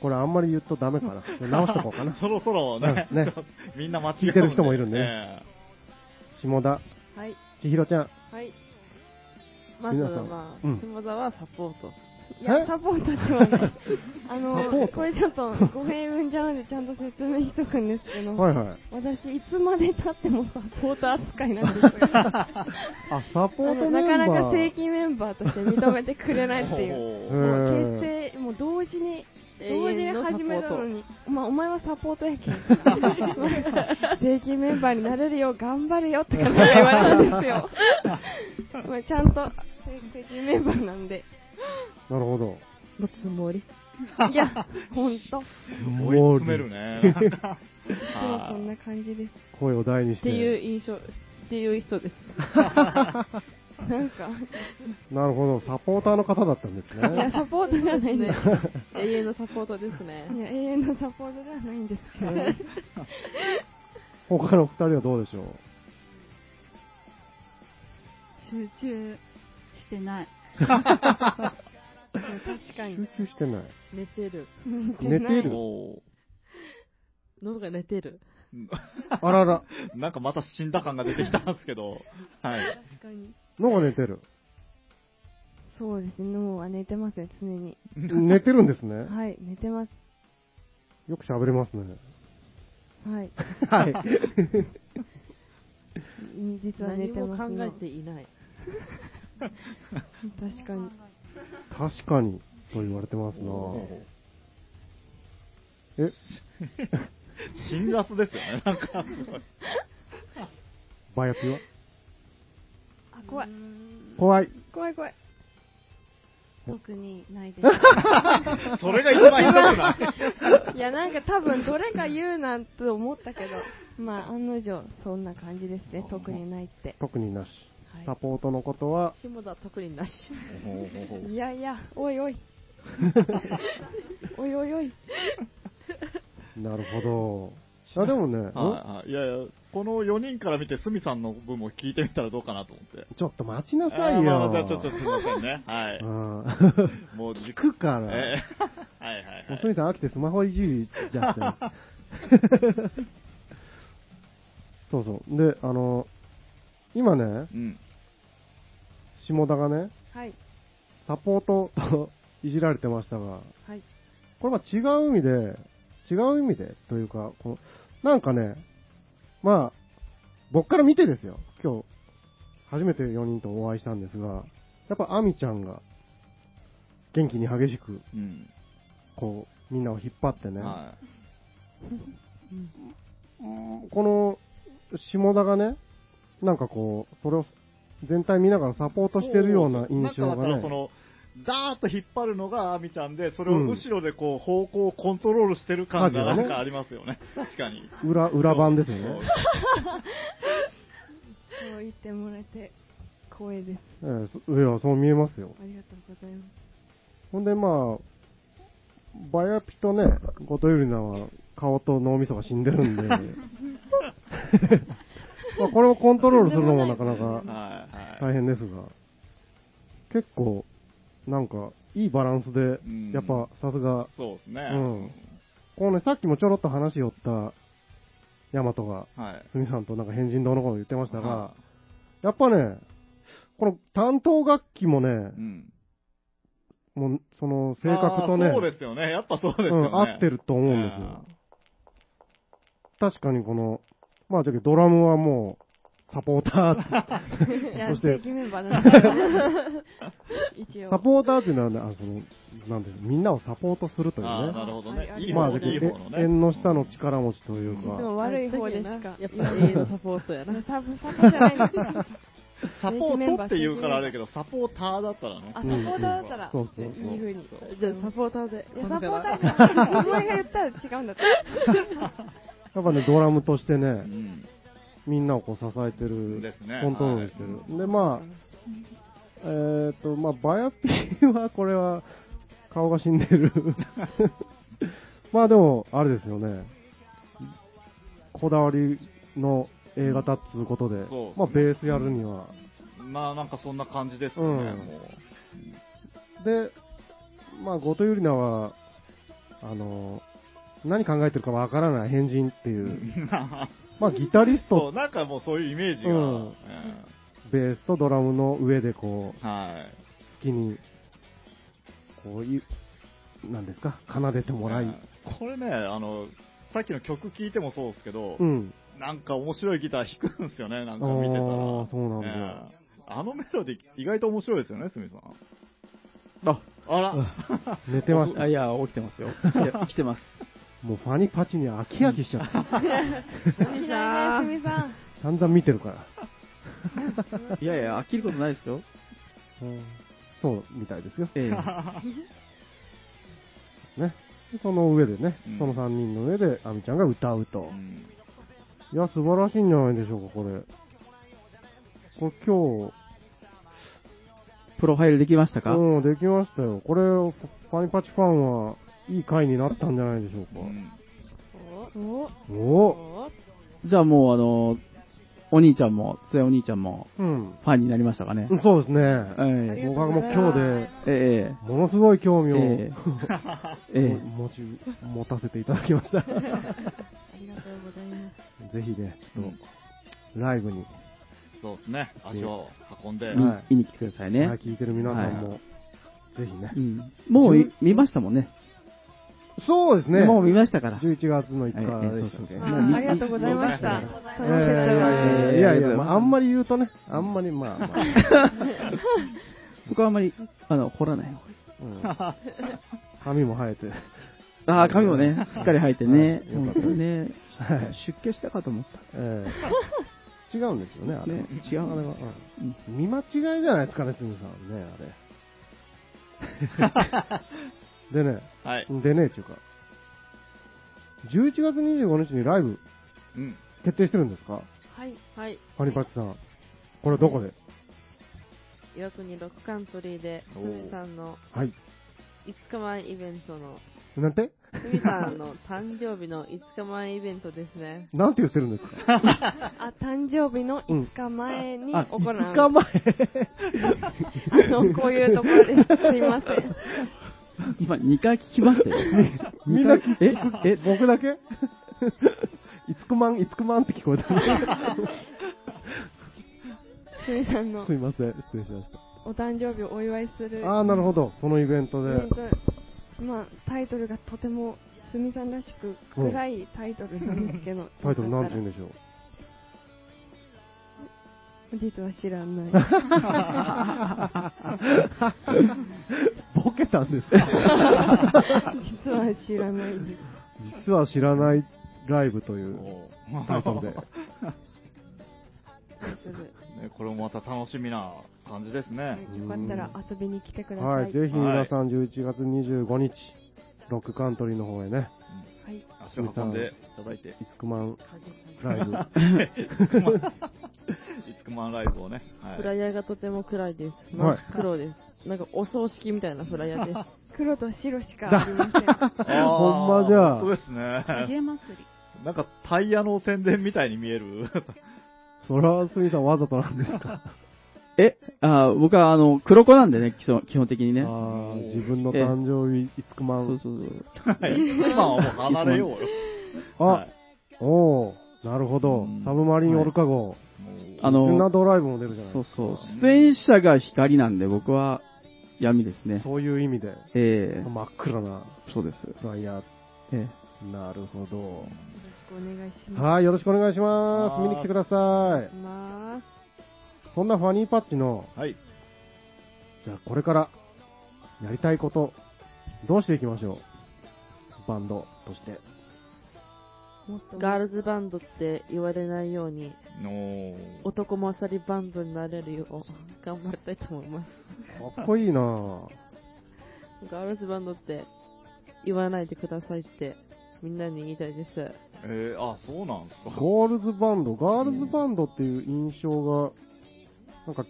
[SPEAKER 1] これあんまり言うとダメか
[SPEAKER 5] <laughs>
[SPEAKER 1] な。直しとこうかな
[SPEAKER 2] そろそろね、
[SPEAKER 1] うんね
[SPEAKER 2] <laughs> みんな間違
[SPEAKER 1] 聞いてる人もいるんでね
[SPEAKER 2] ね。
[SPEAKER 1] 下田
[SPEAKER 6] はい。
[SPEAKER 1] 千尋ちゃん。
[SPEAKER 6] はい。まず
[SPEAKER 1] 皆さ
[SPEAKER 6] は、
[SPEAKER 1] ん
[SPEAKER 6] ま
[SPEAKER 1] うん
[SPEAKER 6] あ、下田はサポート。
[SPEAKER 5] いや
[SPEAKER 1] え
[SPEAKER 5] サポートっては
[SPEAKER 1] <laughs>
[SPEAKER 5] ないあ
[SPEAKER 1] サポー
[SPEAKER 5] の
[SPEAKER 1] ト
[SPEAKER 5] これちょっと語弊生んじゃうんでちゃんと説明しとくんですけど、
[SPEAKER 1] はいはい。
[SPEAKER 5] 私いつまでたってもサポート扱いな
[SPEAKER 1] <laughs>
[SPEAKER 5] んですよ
[SPEAKER 1] あ、サポ
[SPEAKER 5] あ
[SPEAKER 1] ート
[SPEAKER 5] の
[SPEAKER 1] メ
[SPEAKER 5] な
[SPEAKER 1] ンバー。
[SPEAKER 5] かなか正規メンバーとして認めてくれないっていう
[SPEAKER 2] お
[SPEAKER 1] う
[SPEAKER 2] ー
[SPEAKER 1] ん
[SPEAKER 5] もう結成もう同時に同時に始めたのに、まあ、お前はサポートやけん、 <laughs> 税金メンバーになれるよ、頑張れよって感じで言われたんです
[SPEAKER 6] <laughs>
[SPEAKER 5] よ、まあちゃんと税金メンバーなん
[SPEAKER 6] <laughs>
[SPEAKER 5] で、
[SPEAKER 1] なるほど。
[SPEAKER 6] のつもり。
[SPEAKER 5] いや、ほんと、い
[SPEAKER 2] 追い詰め
[SPEAKER 5] <laughs>
[SPEAKER 2] るね。
[SPEAKER 5] つもこんな感じです、
[SPEAKER 1] 声を大にし。
[SPEAKER 6] ってていう印象、っていう人です。
[SPEAKER 5] なんか、
[SPEAKER 1] なるほど。サポーターの方だったん
[SPEAKER 5] <laughs>
[SPEAKER 1] です
[SPEAKER 5] いや、
[SPEAKER 1] ね。
[SPEAKER 5] サポートじゃないんで
[SPEAKER 6] ね
[SPEAKER 5] す。
[SPEAKER 6] 永遠のサポートですね。
[SPEAKER 5] いや永遠のサポートではないんですけど、
[SPEAKER 1] 他の二人はどうでしょう
[SPEAKER 7] 集中してない。
[SPEAKER 5] 確かに
[SPEAKER 1] 集中してない。
[SPEAKER 6] 寝てる。
[SPEAKER 5] 寝
[SPEAKER 1] 寝て
[SPEAKER 5] ない
[SPEAKER 1] る
[SPEAKER 2] お
[SPEAKER 6] 脳が寝てる。
[SPEAKER 5] <laughs>
[SPEAKER 1] あらら。
[SPEAKER 2] ーなんかまた死んだ感が出てきたんですけど。はい。
[SPEAKER 5] 確かに
[SPEAKER 1] のが寝て
[SPEAKER 2] <laughs>
[SPEAKER 1] る。
[SPEAKER 5] そうですね、脳は寝てますね、常に。
[SPEAKER 1] 寝てるんですね。
[SPEAKER 5] はい、寝てます。
[SPEAKER 1] よく喋れますね。
[SPEAKER 5] はい。
[SPEAKER 2] <laughs>
[SPEAKER 1] はい。
[SPEAKER 5] 実は寝
[SPEAKER 6] 何
[SPEAKER 5] て
[SPEAKER 6] も
[SPEAKER 5] ます
[SPEAKER 6] 考
[SPEAKER 5] ね
[SPEAKER 6] えていない。
[SPEAKER 5] 確かに。
[SPEAKER 1] 確かに、と言われてますなえ、
[SPEAKER 2] 辛辣ですよね。なんかすごい。
[SPEAKER 1] バヤピは
[SPEAKER 5] あ、怖い。
[SPEAKER 1] 怖い。
[SPEAKER 5] 怖い怖 <laughs> い。
[SPEAKER 8] 特にないです。
[SPEAKER 2] それが一番ひど
[SPEAKER 5] <laughs>
[SPEAKER 2] くない
[SPEAKER 5] いや、なんか多分どれか言うなんと思ったけど、まあ案の定そんな感じです <laughs> ね。特にないって。
[SPEAKER 1] 特になし。
[SPEAKER 5] はい
[SPEAKER 1] サポートのことは、
[SPEAKER 6] 下田は特になし。
[SPEAKER 5] いやいや、おいお <laughs> い。おいおいおい。
[SPEAKER 1] なるほど。あ、でもね、ん
[SPEAKER 2] はいはい。いやいや、この4人から見て、すみさんの分も聞いてみたらどうかなと思って。
[SPEAKER 1] ちょっと待ちなさいよ。
[SPEAKER 2] あーまあじゃあちょっとすみませんね。はい。 <laughs>
[SPEAKER 1] うん。
[SPEAKER 2] もう、
[SPEAKER 1] 聞く <laughs> から。
[SPEAKER 2] ええはいはい
[SPEAKER 1] も
[SPEAKER 2] は
[SPEAKER 1] うすみ
[SPEAKER 2] い。
[SPEAKER 1] さん飽きてスマホいじりじゃって。
[SPEAKER 2] <laughs>
[SPEAKER 1] そうそう。で、あの、今ね、
[SPEAKER 2] うん。
[SPEAKER 1] 下田がね、
[SPEAKER 5] はい。
[SPEAKER 1] サポートといじられてましたが、
[SPEAKER 5] はい。
[SPEAKER 1] これは違う意味で、違う意味でというか、このなんかね、まあ、僕から見てですよ、今日、初めて4人とお会いしたんですが、やっぱアミちゃんが、元気に激しく、
[SPEAKER 2] うん。
[SPEAKER 1] こう、みんなを引っ張ってね、
[SPEAKER 2] は
[SPEAKER 1] この、下田がね、なんかこう、それを全体見ながらサポー
[SPEAKER 2] い。
[SPEAKER 1] トしてるような印象
[SPEAKER 2] なんかだか
[SPEAKER 1] が
[SPEAKER 2] ら
[SPEAKER 1] ね、
[SPEAKER 2] その、ダーッと引っ張るのがアミちゃんで、それを後ろでこう、方向をコントロールしてる感が
[SPEAKER 1] うん
[SPEAKER 2] なんかありますよね。確かに。
[SPEAKER 1] 裏、裏版ですよ
[SPEAKER 2] そう
[SPEAKER 1] ね。
[SPEAKER 5] そう言ってもらえて光栄です。
[SPEAKER 1] ええそいや、そう見えますよ。
[SPEAKER 5] ありがとうございます。
[SPEAKER 1] ほんでまあ、バヤピとね、ゴトユリナは顔と脳みそが死んでるんで、まあこれをコントロールするのもなかなか
[SPEAKER 2] はいは
[SPEAKER 1] 大変ですが、結構、なんか、いいバランスで
[SPEAKER 2] うん、
[SPEAKER 1] やっぱさすが、
[SPEAKER 2] い。そうですね。
[SPEAKER 1] うんこのね、さっきもちょろっと話し寄った、ヤマトが、
[SPEAKER 2] はい。
[SPEAKER 1] スミさんとなんか変人どうのこうの言ってましたが
[SPEAKER 2] は、
[SPEAKER 1] やっぱね、この担当楽器もね
[SPEAKER 2] う、ん。
[SPEAKER 1] もうその性格と
[SPEAKER 2] あ
[SPEAKER 1] ね、
[SPEAKER 2] ーそうですよね。やっぱそうです
[SPEAKER 1] う
[SPEAKER 2] よね。
[SPEAKER 1] ん、合ってると思うんですよ。確かにこの、まあ、じゃあドラムはもう、サポー
[SPEAKER 2] <laughs>
[SPEAKER 1] タ
[SPEAKER 5] い
[SPEAKER 1] ー、
[SPEAKER 5] や、
[SPEAKER 1] そし
[SPEAKER 5] 正
[SPEAKER 1] て、
[SPEAKER 5] 規メンバーなんで。 <laughs> 一
[SPEAKER 1] サ
[SPEAKER 5] 応。
[SPEAKER 1] ポーターっていうのはね、あのその、なんで、みんなをサポートするという
[SPEAKER 2] ああ、な
[SPEAKER 1] ね。
[SPEAKER 2] るほど
[SPEAKER 5] は
[SPEAKER 2] ね。
[SPEAKER 5] い
[SPEAKER 2] いい
[SPEAKER 1] ま
[SPEAKER 2] 方
[SPEAKER 1] あ、
[SPEAKER 2] の、
[SPEAKER 1] で
[SPEAKER 2] いい方のね。
[SPEAKER 1] 縁の下の力持ちという
[SPEAKER 5] いつ
[SPEAKER 1] か、
[SPEAKER 5] も悪い方でしか。
[SPEAKER 6] <laughs> やっぱ永遠のサポートや
[SPEAKER 5] いや
[SPEAKER 6] な。
[SPEAKER 5] サブサブじゃないんです。
[SPEAKER 2] サポートって言うからあれだけど、サポーターだったらね
[SPEAKER 5] あ、サ。ポーターだったら、
[SPEAKER 1] そうそうそう
[SPEAKER 5] いい風に。
[SPEAKER 6] じゃあサポーターで。
[SPEAKER 5] いや、サポーターだお前が言ったら違うんだって。
[SPEAKER 1] やっぱね、ドラムとして
[SPEAKER 2] う
[SPEAKER 1] ね、
[SPEAKER 2] ん。
[SPEAKER 1] みんなをこう支えてる、
[SPEAKER 2] ですね
[SPEAKER 1] コントロールしてる。で、まあ、えーっと、まあ、バヤピーは、これは、顔が死んで
[SPEAKER 2] <laughs>
[SPEAKER 1] る。まあでも、あれですよね、こだわりの A 型っつうことで、
[SPEAKER 2] そう
[SPEAKER 1] まあ、ベースやるには。
[SPEAKER 2] まあなんかそんな感じですね、
[SPEAKER 1] うん
[SPEAKER 2] もう。
[SPEAKER 1] で、まあ、後藤ゆりなは、あの、何考えてるかわからない変人っていう、まあ、ギタリス
[SPEAKER 2] <laughs> そ
[SPEAKER 1] ト、
[SPEAKER 2] う、なんかもうそういうイメージが。
[SPEAKER 1] うん
[SPEAKER 2] うん
[SPEAKER 1] ベースとドラムの上でこう、
[SPEAKER 2] は
[SPEAKER 1] 好きに、こういう、なんですか、奏でて
[SPEAKER 2] い。
[SPEAKER 1] もらい、
[SPEAKER 2] これね、あの、さっきの曲聴いてもそうですけど、
[SPEAKER 1] うん。
[SPEAKER 2] なんか面白いギター弾くんですよね、なんか
[SPEAKER 1] ああ
[SPEAKER 2] 見てたら。
[SPEAKER 1] ー、そうなんだ。
[SPEAKER 2] ええあのメロディ意外と面白いですよね、すみさん。
[SPEAKER 4] あ、
[SPEAKER 2] あら、
[SPEAKER 1] 寝てました。
[SPEAKER 4] あいや、起きてますよ。いや来てます。
[SPEAKER 1] もうファニパチに飽き飽きしちゃった。
[SPEAKER 5] いないね、すみさん。
[SPEAKER 1] 散々見てるから。
[SPEAKER 4] いやいや、飽きることないですよ。
[SPEAKER 1] うんそうみたいですよ。
[SPEAKER 4] ええ
[SPEAKER 1] ね。でその上でね、
[SPEAKER 2] うん
[SPEAKER 1] その3人の上で、アミちゃんが歌うと
[SPEAKER 2] う。ん
[SPEAKER 1] いや、素晴らしいんじゃないでしょうか、これ。これ今
[SPEAKER 4] <laughs> プロファイルできました
[SPEAKER 1] 日、
[SPEAKER 4] か、
[SPEAKER 1] うん、できましたよ。これ、ファニパチファンは、いい回になったんじゃないでしょうか。
[SPEAKER 2] うん
[SPEAKER 5] お
[SPEAKER 1] お
[SPEAKER 4] じゃあもう、あの、お兄ちゃんも、つやお兄ちゃんも、
[SPEAKER 1] うん。
[SPEAKER 4] ファンになりましたかね。
[SPEAKER 1] そうですね。
[SPEAKER 4] ええ
[SPEAKER 1] 僕はもう今日
[SPEAKER 4] ええ
[SPEAKER 1] で、ものすごい興味
[SPEAKER 4] え
[SPEAKER 1] を、 <laughs>
[SPEAKER 4] えええ
[SPEAKER 1] 持ち、持たせていただきま
[SPEAKER 4] <laughs>
[SPEAKER 1] した。
[SPEAKER 7] ありがとうございます。
[SPEAKER 1] ぜひね、ちょっと、ライブに、
[SPEAKER 2] そうですね、足を運んで、
[SPEAKER 4] 見
[SPEAKER 1] はい
[SPEAKER 4] 見に来てくださいね。
[SPEAKER 1] はい、聞いてる皆さんも、
[SPEAKER 4] は
[SPEAKER 1] ぜひね
[SPEAKER 4] う。ん、もうい見ましたもんね
[SPEAKER 1] そうですね。
[SPEAKER 4] もう見ましたから。
[SPEAKER 1] 11月の1
[SPEAKER 4] はいえ
[SPEAKER 1] 日で
[SPEAKER 4] えそう
[SPEAKER 1] した
[SPEAKER 4] そ
[SPEAKER 1] っ
[SPEAKER 4] う
[SPEAKER 1] け
[SPEAKER 4] そ
[SPEAKER 1] え
[SPEAKER 4] うも
[SPEAKER 5] あ
[SPEAKER 4] うみ
[SPEAKER 5] ーありがとうございました。
[SPEAKER 1] え
[SPEAKER 5] そ
[SPEAKER 1] い
[SPEAKER 5] の結果
[SPEAKER 1] やいやいやいやいやいや、まああんま
[SPEAKER 4] り、
[SPEAKER 1] り言うとね、あんまりまあまあ、
[SPEAKER 4] 僕はあんまり、あの、掘らない方がいい。
[SPEAKER 1] うん
[SPEAKER 4] <laughs>
[SPEAKER 1] 髪も生えて、
[SPEAKER 4] ああ、髪もね、しっかり生えてね。
[SPEAKER 1] はいよかったです
[SPEAKER 4] うんね
[SPEAKER 1] はい
[SPEAKER 4] 出家したかと思った。
[SPEAKER 1] え <laughs> え違うんですよね、あれは。
[SPEAKER 4] ね違うん
[SPEAKER 1] あれは、うん見間違いじゃないですかね、すみさんね、あれ。 <laughs> でね、
[SPEAKER 2] はい、
[SPEAKER 1] でね、っていうか、11月25日にライブ
[SPEAKER 2] うん、
[SPEAKER 1] 決定してるんですか
[SPEAKER 6] はい。はい。
[SPEAKER 1] ハニパチさん。これどこで
[SPEAKER 6] 岩国ロックカントリーで、
[SPEAKER 2] お
[SPEAKER 6] ふ
[SPEAKER 2] ー
[SPEAKER 6] みさんの
[SPEAKER 1] はい。
[SPEAKER 6] 5日前イベントの、
[SPEAKER 1] なんて。
[SPEAKER 6] ふみさんの誕生日の5日前イベントですね
[SPEAKER 1] なんて言ってるんですか
[SPEAKER 5] あ、誕生日の5日前に行う。
[SPEAKER 1] 5日 <laughs> 前
[SPEAKER 5] あの、こういうところです。すいません。
[SPEAKER 4] 今、2回聞きま <laughs> したよ。
[SPEAKER 1] みんな聞
[SPEAKER 4] ええ
[SPEAKER 1] 僕だけ <laughs> いつくまん、いつくまんって聞こえた。
[SPEAKER 5] すみさんの
[SPEAKER 1] すいません、失礼しました。
[SPEAKER 5] お誕生日をお祝いする
[SPEAKER 1] ああ、なるほど。このイベントで。
[SPEAKER 5] なんかまあ、タイトルがとてもすみさんらしく暗いタイトルなんですけど、
[SPEAKER 1] <laughs> タイトルなんて言う
[SPEAKER 5] よ
[SPEAKER 1] んでしょう。
[SPEAKER 5] かったら実は知らない。
[SPEAKER 1] <laughs> ボケたんですか
[SPEAKER 5] 実は知らないです。
[SPEAKER 1] 実は知らないライブとい
[SPEAKER 2] お
[SPEAKER 1] う
[SPEAKER 2] う
[SPEAKER 1] タイトルで。
[SPEAKER 2] <laughs> ね、これもまた楽しみな感じですね。
[SPEAKER 5] よかったら遊びに来てください。
[SPEAKER 1] はい、ぜひ皆さん11月25日、ロックカントリーの方へね、
[SPEAKER 5] はい
[SPEAKER 2] 足を運んでいただいて、
[SPEAKER 1] いつくまんライブ。 <laughs>
[SPEAKER 2] いつくまんライブをね、は
[SPEAKER 6] フライ
[SPEAKER 2] い、
[SPEAKER 6] ヤーがとても暗いです。真っ黒です。なんかお葬式みたいなフライヤーです。
[SPEAKER 5] 黒と白しかあ
[SPEAKER 1] <laughs>
[SPEAKER 5] りません。
[SPEAKER 2] あー
[SPEAKER 1] ほんまじゃ
[SPEAKER 2] 本当です
[SPEAKER 7] 影
[SPEAKER 2] ね。
[SPEAKER 7] 祭り。
[SPEAKER 2] なんかタイヤの宣伝みたいに見える。
[SPEAKER 1] それはすみさんわざとなんですか
[SPEAKER 4] え、あー僕は、あの、黒子なんでね、基本基本的にね。
[SPEAKER 1] ああ、自分の誕生日、いつくま。
[SPEAKER 4] そうんそうそう。
[SPEAKER 2] はい今はもう離れようよ。は
[SPEAKER 1] あ、
[SPEAKER 2] い
[SPEAKER 1] おおなるほど
[SPEAKER 2] うん。
[SPEAKER 1] サブマリンオルカ号。
[SPEAKER 2] もう
[SPEAKER 1] スナ
[SPEAKER 4] あの、
[SPEAKER 1] ドライブも出るじゃない
[SPEAKER 4] そう
[SPEAKER 1] ですか。
[SPEAKER 4] そう。出演者が光なんで、僕は闇ですね。
[SPEAKER 1] そういう意味で、
[SPEAKER 4] ええ
[SPEAKER 1] 真っ暗な
[SPEAKER 4] そうです。
[SPEAKER 1] フライヤ
[SPEAKER 4] え
[SPEAKER 1] ー。なるほど。
[SPEAKER 5] よろしくお願いしま
[SPEAKER 1] はい、よろしくお願いします。見に来てください
[SPEAKER 5] す。。ま
[SPEAKER 1] そんなファニーパッチの、
[SPEAKER 2] はい、
[SPEAKER 1] じゃあこれから、やりたいこと、どうしていきましょう。バンドとして。
[SPEAKER 8] もっと
[SPEAKER 6] ガールズバンドって言われないように、
[SPEAKER 2] の
[SPEAKER 6] 男勝りバンドになれるよう、頑張りたいと思います。
[SPEAKER 1] かっこいいなぁ。
[SPEAKER 6] ガールズバンドって言わないでくださいって、みんなに言いたいです。
[SPEAKER 2] えー、あ、そうなんですか。
[SPEAKER 1] ガールズバンド、ガールズバンドっていう印象が、なんか、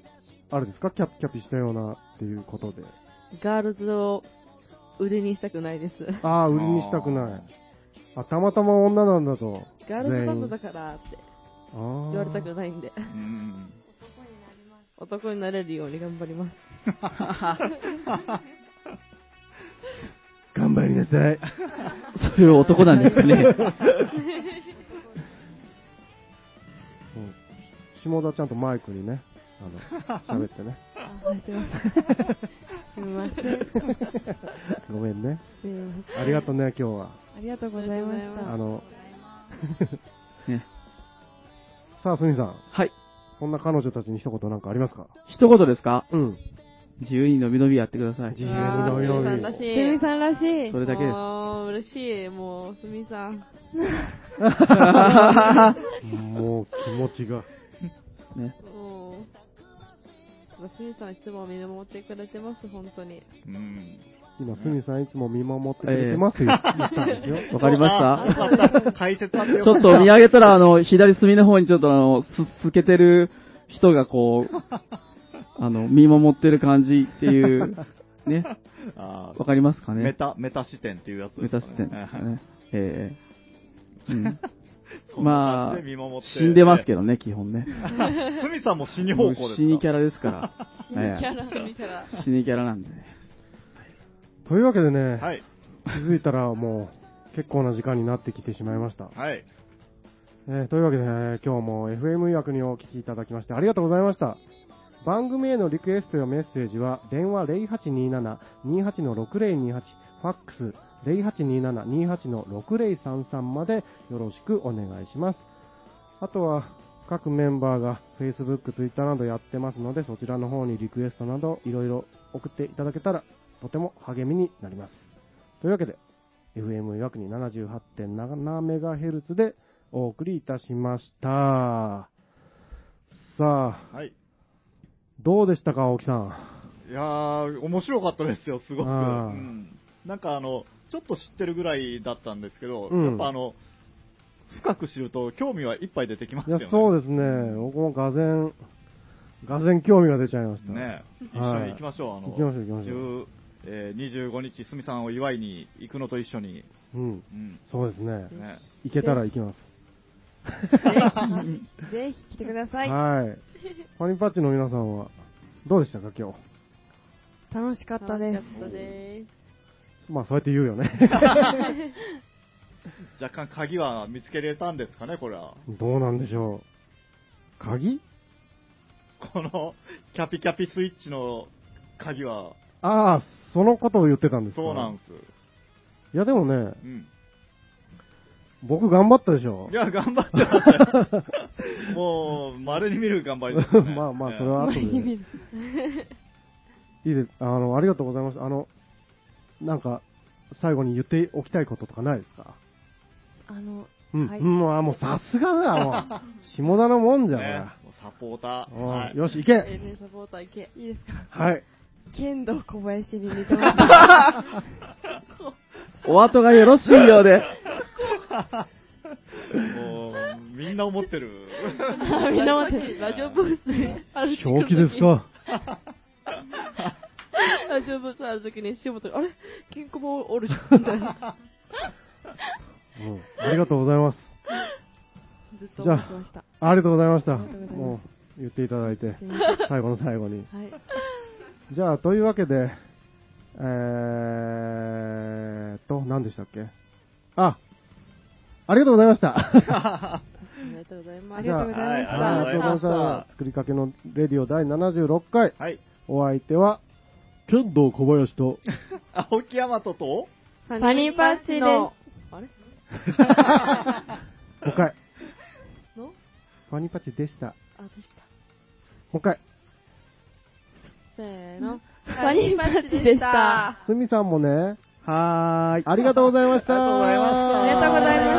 [SPEAKER 1] あれですかキャピキャピしたようなっていうことで。
[SPEAKER 6] ガールズを売りにしたくないです。
[SPEAKER 1] ああ、売りにしたくない。あ、たまたま女なんだと。
[SPEAKER 6] ガールズバンドだからって
[SPEAKER 1] 言
[SPEAKER 6] 言われたくないんで、
[SPEAKER 2] うん。
[SPEAKER 6] 男になれるように頑張ります。
[SPEAKER 9] 頑張りなさ
[SPEAKER 6] <laughs>
[SPEAKER 9] い。
[SPEAKER 4] それは男なんですか <laughs> ね。
[SPEAKER 1] うん下田ちゃんとマイクにね、あの、喋ってね。
[SPEAKER 6] すみません。
[SPEAKER 1] ごめんね。
[SPEAKER 6] すみま
[SPEAKER 1] ありがとうね、今日は。
[SPEAKER 8] ありがとうございまし
[SPEAKER 1] あ
[SPEAKER 8] た。
[SPEAKER 1] の、 <laughs>
[SPEAKER 4] ね
[SPEAKER 1] さあ、すみさん。
[SPEAKER 4] はい。
[SPEAKER 1] そんな彼女たちに一言なんかありますか
[SPEAKER 4] 一言ですか
[SPEAKER 1] うん。
[SPEAKER 4] 自由に伸び伸びやってください。
[SPEAKER 1] 自由
[SPEAKER 6] せん。
[SPEAKER 1] に
[SPEAKER 6] あ
[SPEAKER 1] 伸び伸
[SPEAKER 6] ーすみさんら
[SPEAKER 1] び。
[SPEAKER 6] し
[SPEAKER 8] て
[SPEAKER 6] い
[SPEAKER 8] み。さんらしい。
[SPEAKER 4] それだけです。
[SPEAKER 6] もう嬉しい。もう、すみさん。
[SPEAKER 1] もう気持 <laughs> ちが。
[SPEAKER 4] ね。
[SPEAKER 6] もう、すみさんいつも見守ってくれてます、本当に。
[SPEAKER 2] うん。
[SPEAKER 1] 今、すみさんいつつも見守ってくれてますよ。言ったんですよ。
[SPEAKER 4] わかりました
[SPEAKER 2] あよかった解説あってよ
[SPEAKER 4] ち
[SPEAKER 2] かっ
[SPEAKER 4] ょ
[SPEAKER 2] た
[SPEAKER 4] っと見上げたら、あの、左隅の方にちょっとあの、す、すけてる人が
[SPEAKER 2] <laughs>
[SPEAKER 4] こう、あの、見守ってる感じっていう、ね。
[SPEAKER 2] あー
[SPEAKER 4] わかりますかね
[SPEAKER 2] メタ、メタ視点っていうやつ
[SPEAKER 4] メ
[SPEAKER 2] で
[SPEAKER 4] タ
[SPEAKER 2] す
[SPEAKER 4] 視
[SPEAKER 2] かね。
[SPEAKER 4] 点。
[SPEAKER 2] <laughs>
[SPEAKER 4] ねええうん
[SPEAKER 2] そんな感
[SPEAKER 4] まあ
[SPEAKER 2] じで見守っ、て
[SPEAKER 4] 死んでますけどね、基本ね。
[SPEAKER 2] スミさんも死に
[SPEAKER 4] も
[SPEAKER 2] 方向
[SPEAKER 4] う
[SPEAKER 2] ですか
[SPEAKER 4] 死にキャラで
[SPEAKER 2] <laughs>
[SPEAKER 4] すから。死に
[SPEAKER 6] キャラ見たら。
[SPEAKER 4] 死にキャラなんでね。
[SPEAKER 1] というわけでね、
[SPEAKER 2] はい。
[SPEAKER 1] 気づいたらもう結構な時間になってきてしまいました。
[SPEAKER 2] はい。
[SPEAKER 1] えーというわけで、ね、今日も FM 予約にお聞きいただきましてありがとうございました。番組へのリクエストやメッセージは、電話0827-28-6028、ファックス0827-28-6033までよろしくお願いします。あとは、各メンバーが Facebook、Twitter などやってますので、そちらの方にリクエストなどいろいろ送っていただけたら、とても励みになります。というわけで、FM 予約に 78.7MHz でお送りいたしました。さあ、
[SPEAKER 2] はい。
[SPEAKER 1] どうでしたか、青木さん。
[SPEAKER 2] いやー、面白かったですよ、すごく。う
[SPEAKER 1] あー
[SPEAKER 2] ん、なんかあの、ちょっと知ってるぐらいだったんですけど、
[SPEAKER 1] うん
[SPEAKER 2] やっぱあの、深く知ると興味はいっぱい出てきます
[SPEAKER 1] い
[SPEAKER 2] よ
[SPEAKER 1] や
[SPEAKER 2] ね。、
[SPEAKER 1] そうですね。僕もがぜん、がぜん興味が出ちゃいました。
[SPEAKER 2] ねえ一
[SPEAKER 1] はい
[SPEAKER 2] 緒に行きましょう、あの、
[SPEAKER 1] 行きましょう行きましょ
[SPEAKER 2] 10えー25日、すみさんを祝いに行くのと一緒に、
[SPEAKER 1] うん。
[SPEAKER 2] うん、
[SPEAKER 1] そうですね。
[SPEAKER 2] ね、
[SPEAKER 1] 行けたら行きます。
[SPEAKER 5] す。ぜひ来てください。
[SPEAKER 1] はい。パニパッチの皆さんは、どうでしたか、今日。
[SPEAKER 8] 楽しかったで
[SPEAKER 6] 楽
[SPEAKER 8] す
[SPEAKER 6] し。かったです。
[SPEAKER 1] まあ、そうやって言うよ <laughs> ね。
[SPEAKER 2] 若干鍵は見つけれたんですかね、これは。
[SPEAKER 1] どうなんでしょう。鍵
[SPEAKER 2] この、キャピキャピスイッチの鍵は、
[SPEAKER 1] ああ、そのことを言ってたんですか
[SPEAKER 2] そうなんです。
[SPEAKER 1] いや、でもね、
[SPEAKER 2] うん。
[SPEAKER 1] 僕頑張ったでしょ
[SPEAKER 2] い。や、頑張ってますよ
[SPEAKER 1] <laughs>。
[SPEAKER 2] もう、稀に見る頑張りです、ね
[SPEAKER 1] まあまあ、それは後で。 <laughs> いいです。あの、ありがとうございました。あの、なんか、最後に言っておきたいこととかないですか
[SPEAKER 8] あの、
[SPEAKER 1] うん。
[SPEAKER 8] はい
[SPEAKER 1] うん、もう、あもうさすがだ、 <laughs> もう。下田のもんじ
[SPEAKER 2] え
[SPEAKER 1] ゃ
[SPEAKER 2] え
[SPEAKER 1] ん、ほ
[SPEAKER 2] ね
[SPEAKER 1] ら、
[SPEAKER 2] サポーター。
[SPEAKER 1] おう
[SPEAKER 2] はい。
[SPEAKER 1] よし、行け
[SPEAKER 6] えーねサポーター行け。
[SPEAKER 8] いいで
[SPEAKER 6] <laughs>
[SPEAKER 8] すか
[SPEAKER 1] はい。
[SPEAKER 8] 剣道小林に <laughs> 似てます。
[SPEAKER 4] お後がよろしいようで。
[SPEAKER 2] もう、みんな思
[SPEAKER 1] <laughs>
[SPEAKER 2] ってる。
[SPEAKER 8] みんな待って。
[SPEAKER 6] ラジオブースで歩いてくる
[SPEAKER 1] 正気ですか
[SPEAKER 6] ラジオブー <laughs> スあるときにしてもあれ金庫もおる <laughs> じゃんみたい
[SPEAKER 1] うん。
[SPEAKER 6] な。
[SPEAKER 1] ありがとうございます。
[SPEAKER 8] ずっと思ってました。
[SPEAKER 1] ありがとうございました。
[SPEAKER 8] ありがとうございます
[SPEAKER 1] もう、言っていただいて
[SPEAKER 8] すい、ません
[SPEAKER 1] 最後の最後に。
[SPEAKER 8] はい。
[SPEAKER 1] じゃあ、というわけで、えーっと、何でしたっけあ、ありがとうございました。
[SPEAKER 6] ありがとうございま
[SPEAKER 8] あ
[SPEAKER 6] す。
[SPEAKER 8] りがとうございまし
[SPEAKER 2] あ
[SPEAKER 8] た。
[SPEAKER 2] りがとうございました
[SPEAKER 1] 作りかけのレディオ第76回。
[SPEAKER 2] はい。
[SPEAKER 1] お相手は、剣道小林と、
[SPEAKER 2] 青木大和と、
[SPEAKER 6] パニーパッチの、あれ
[SPEAKER 1] もう一回、
[SPEAKER 6] の
[SPEAKER 1] ファニパチでした。
[SPEAKER 6] あ、でした。
[SPEAKER 1] もう一回、
[SPEAKER 6] せーの。
[SPEAKER 8] パニーパッチでした。
[SPEAKER 1] すみさんもね、
[SPEAKER 4] はーい。
[SPEAKER 1] ありがとうございました。
[SPEAKER 2] ありがとうございました
[SPEAKER 8] ありがとうございました。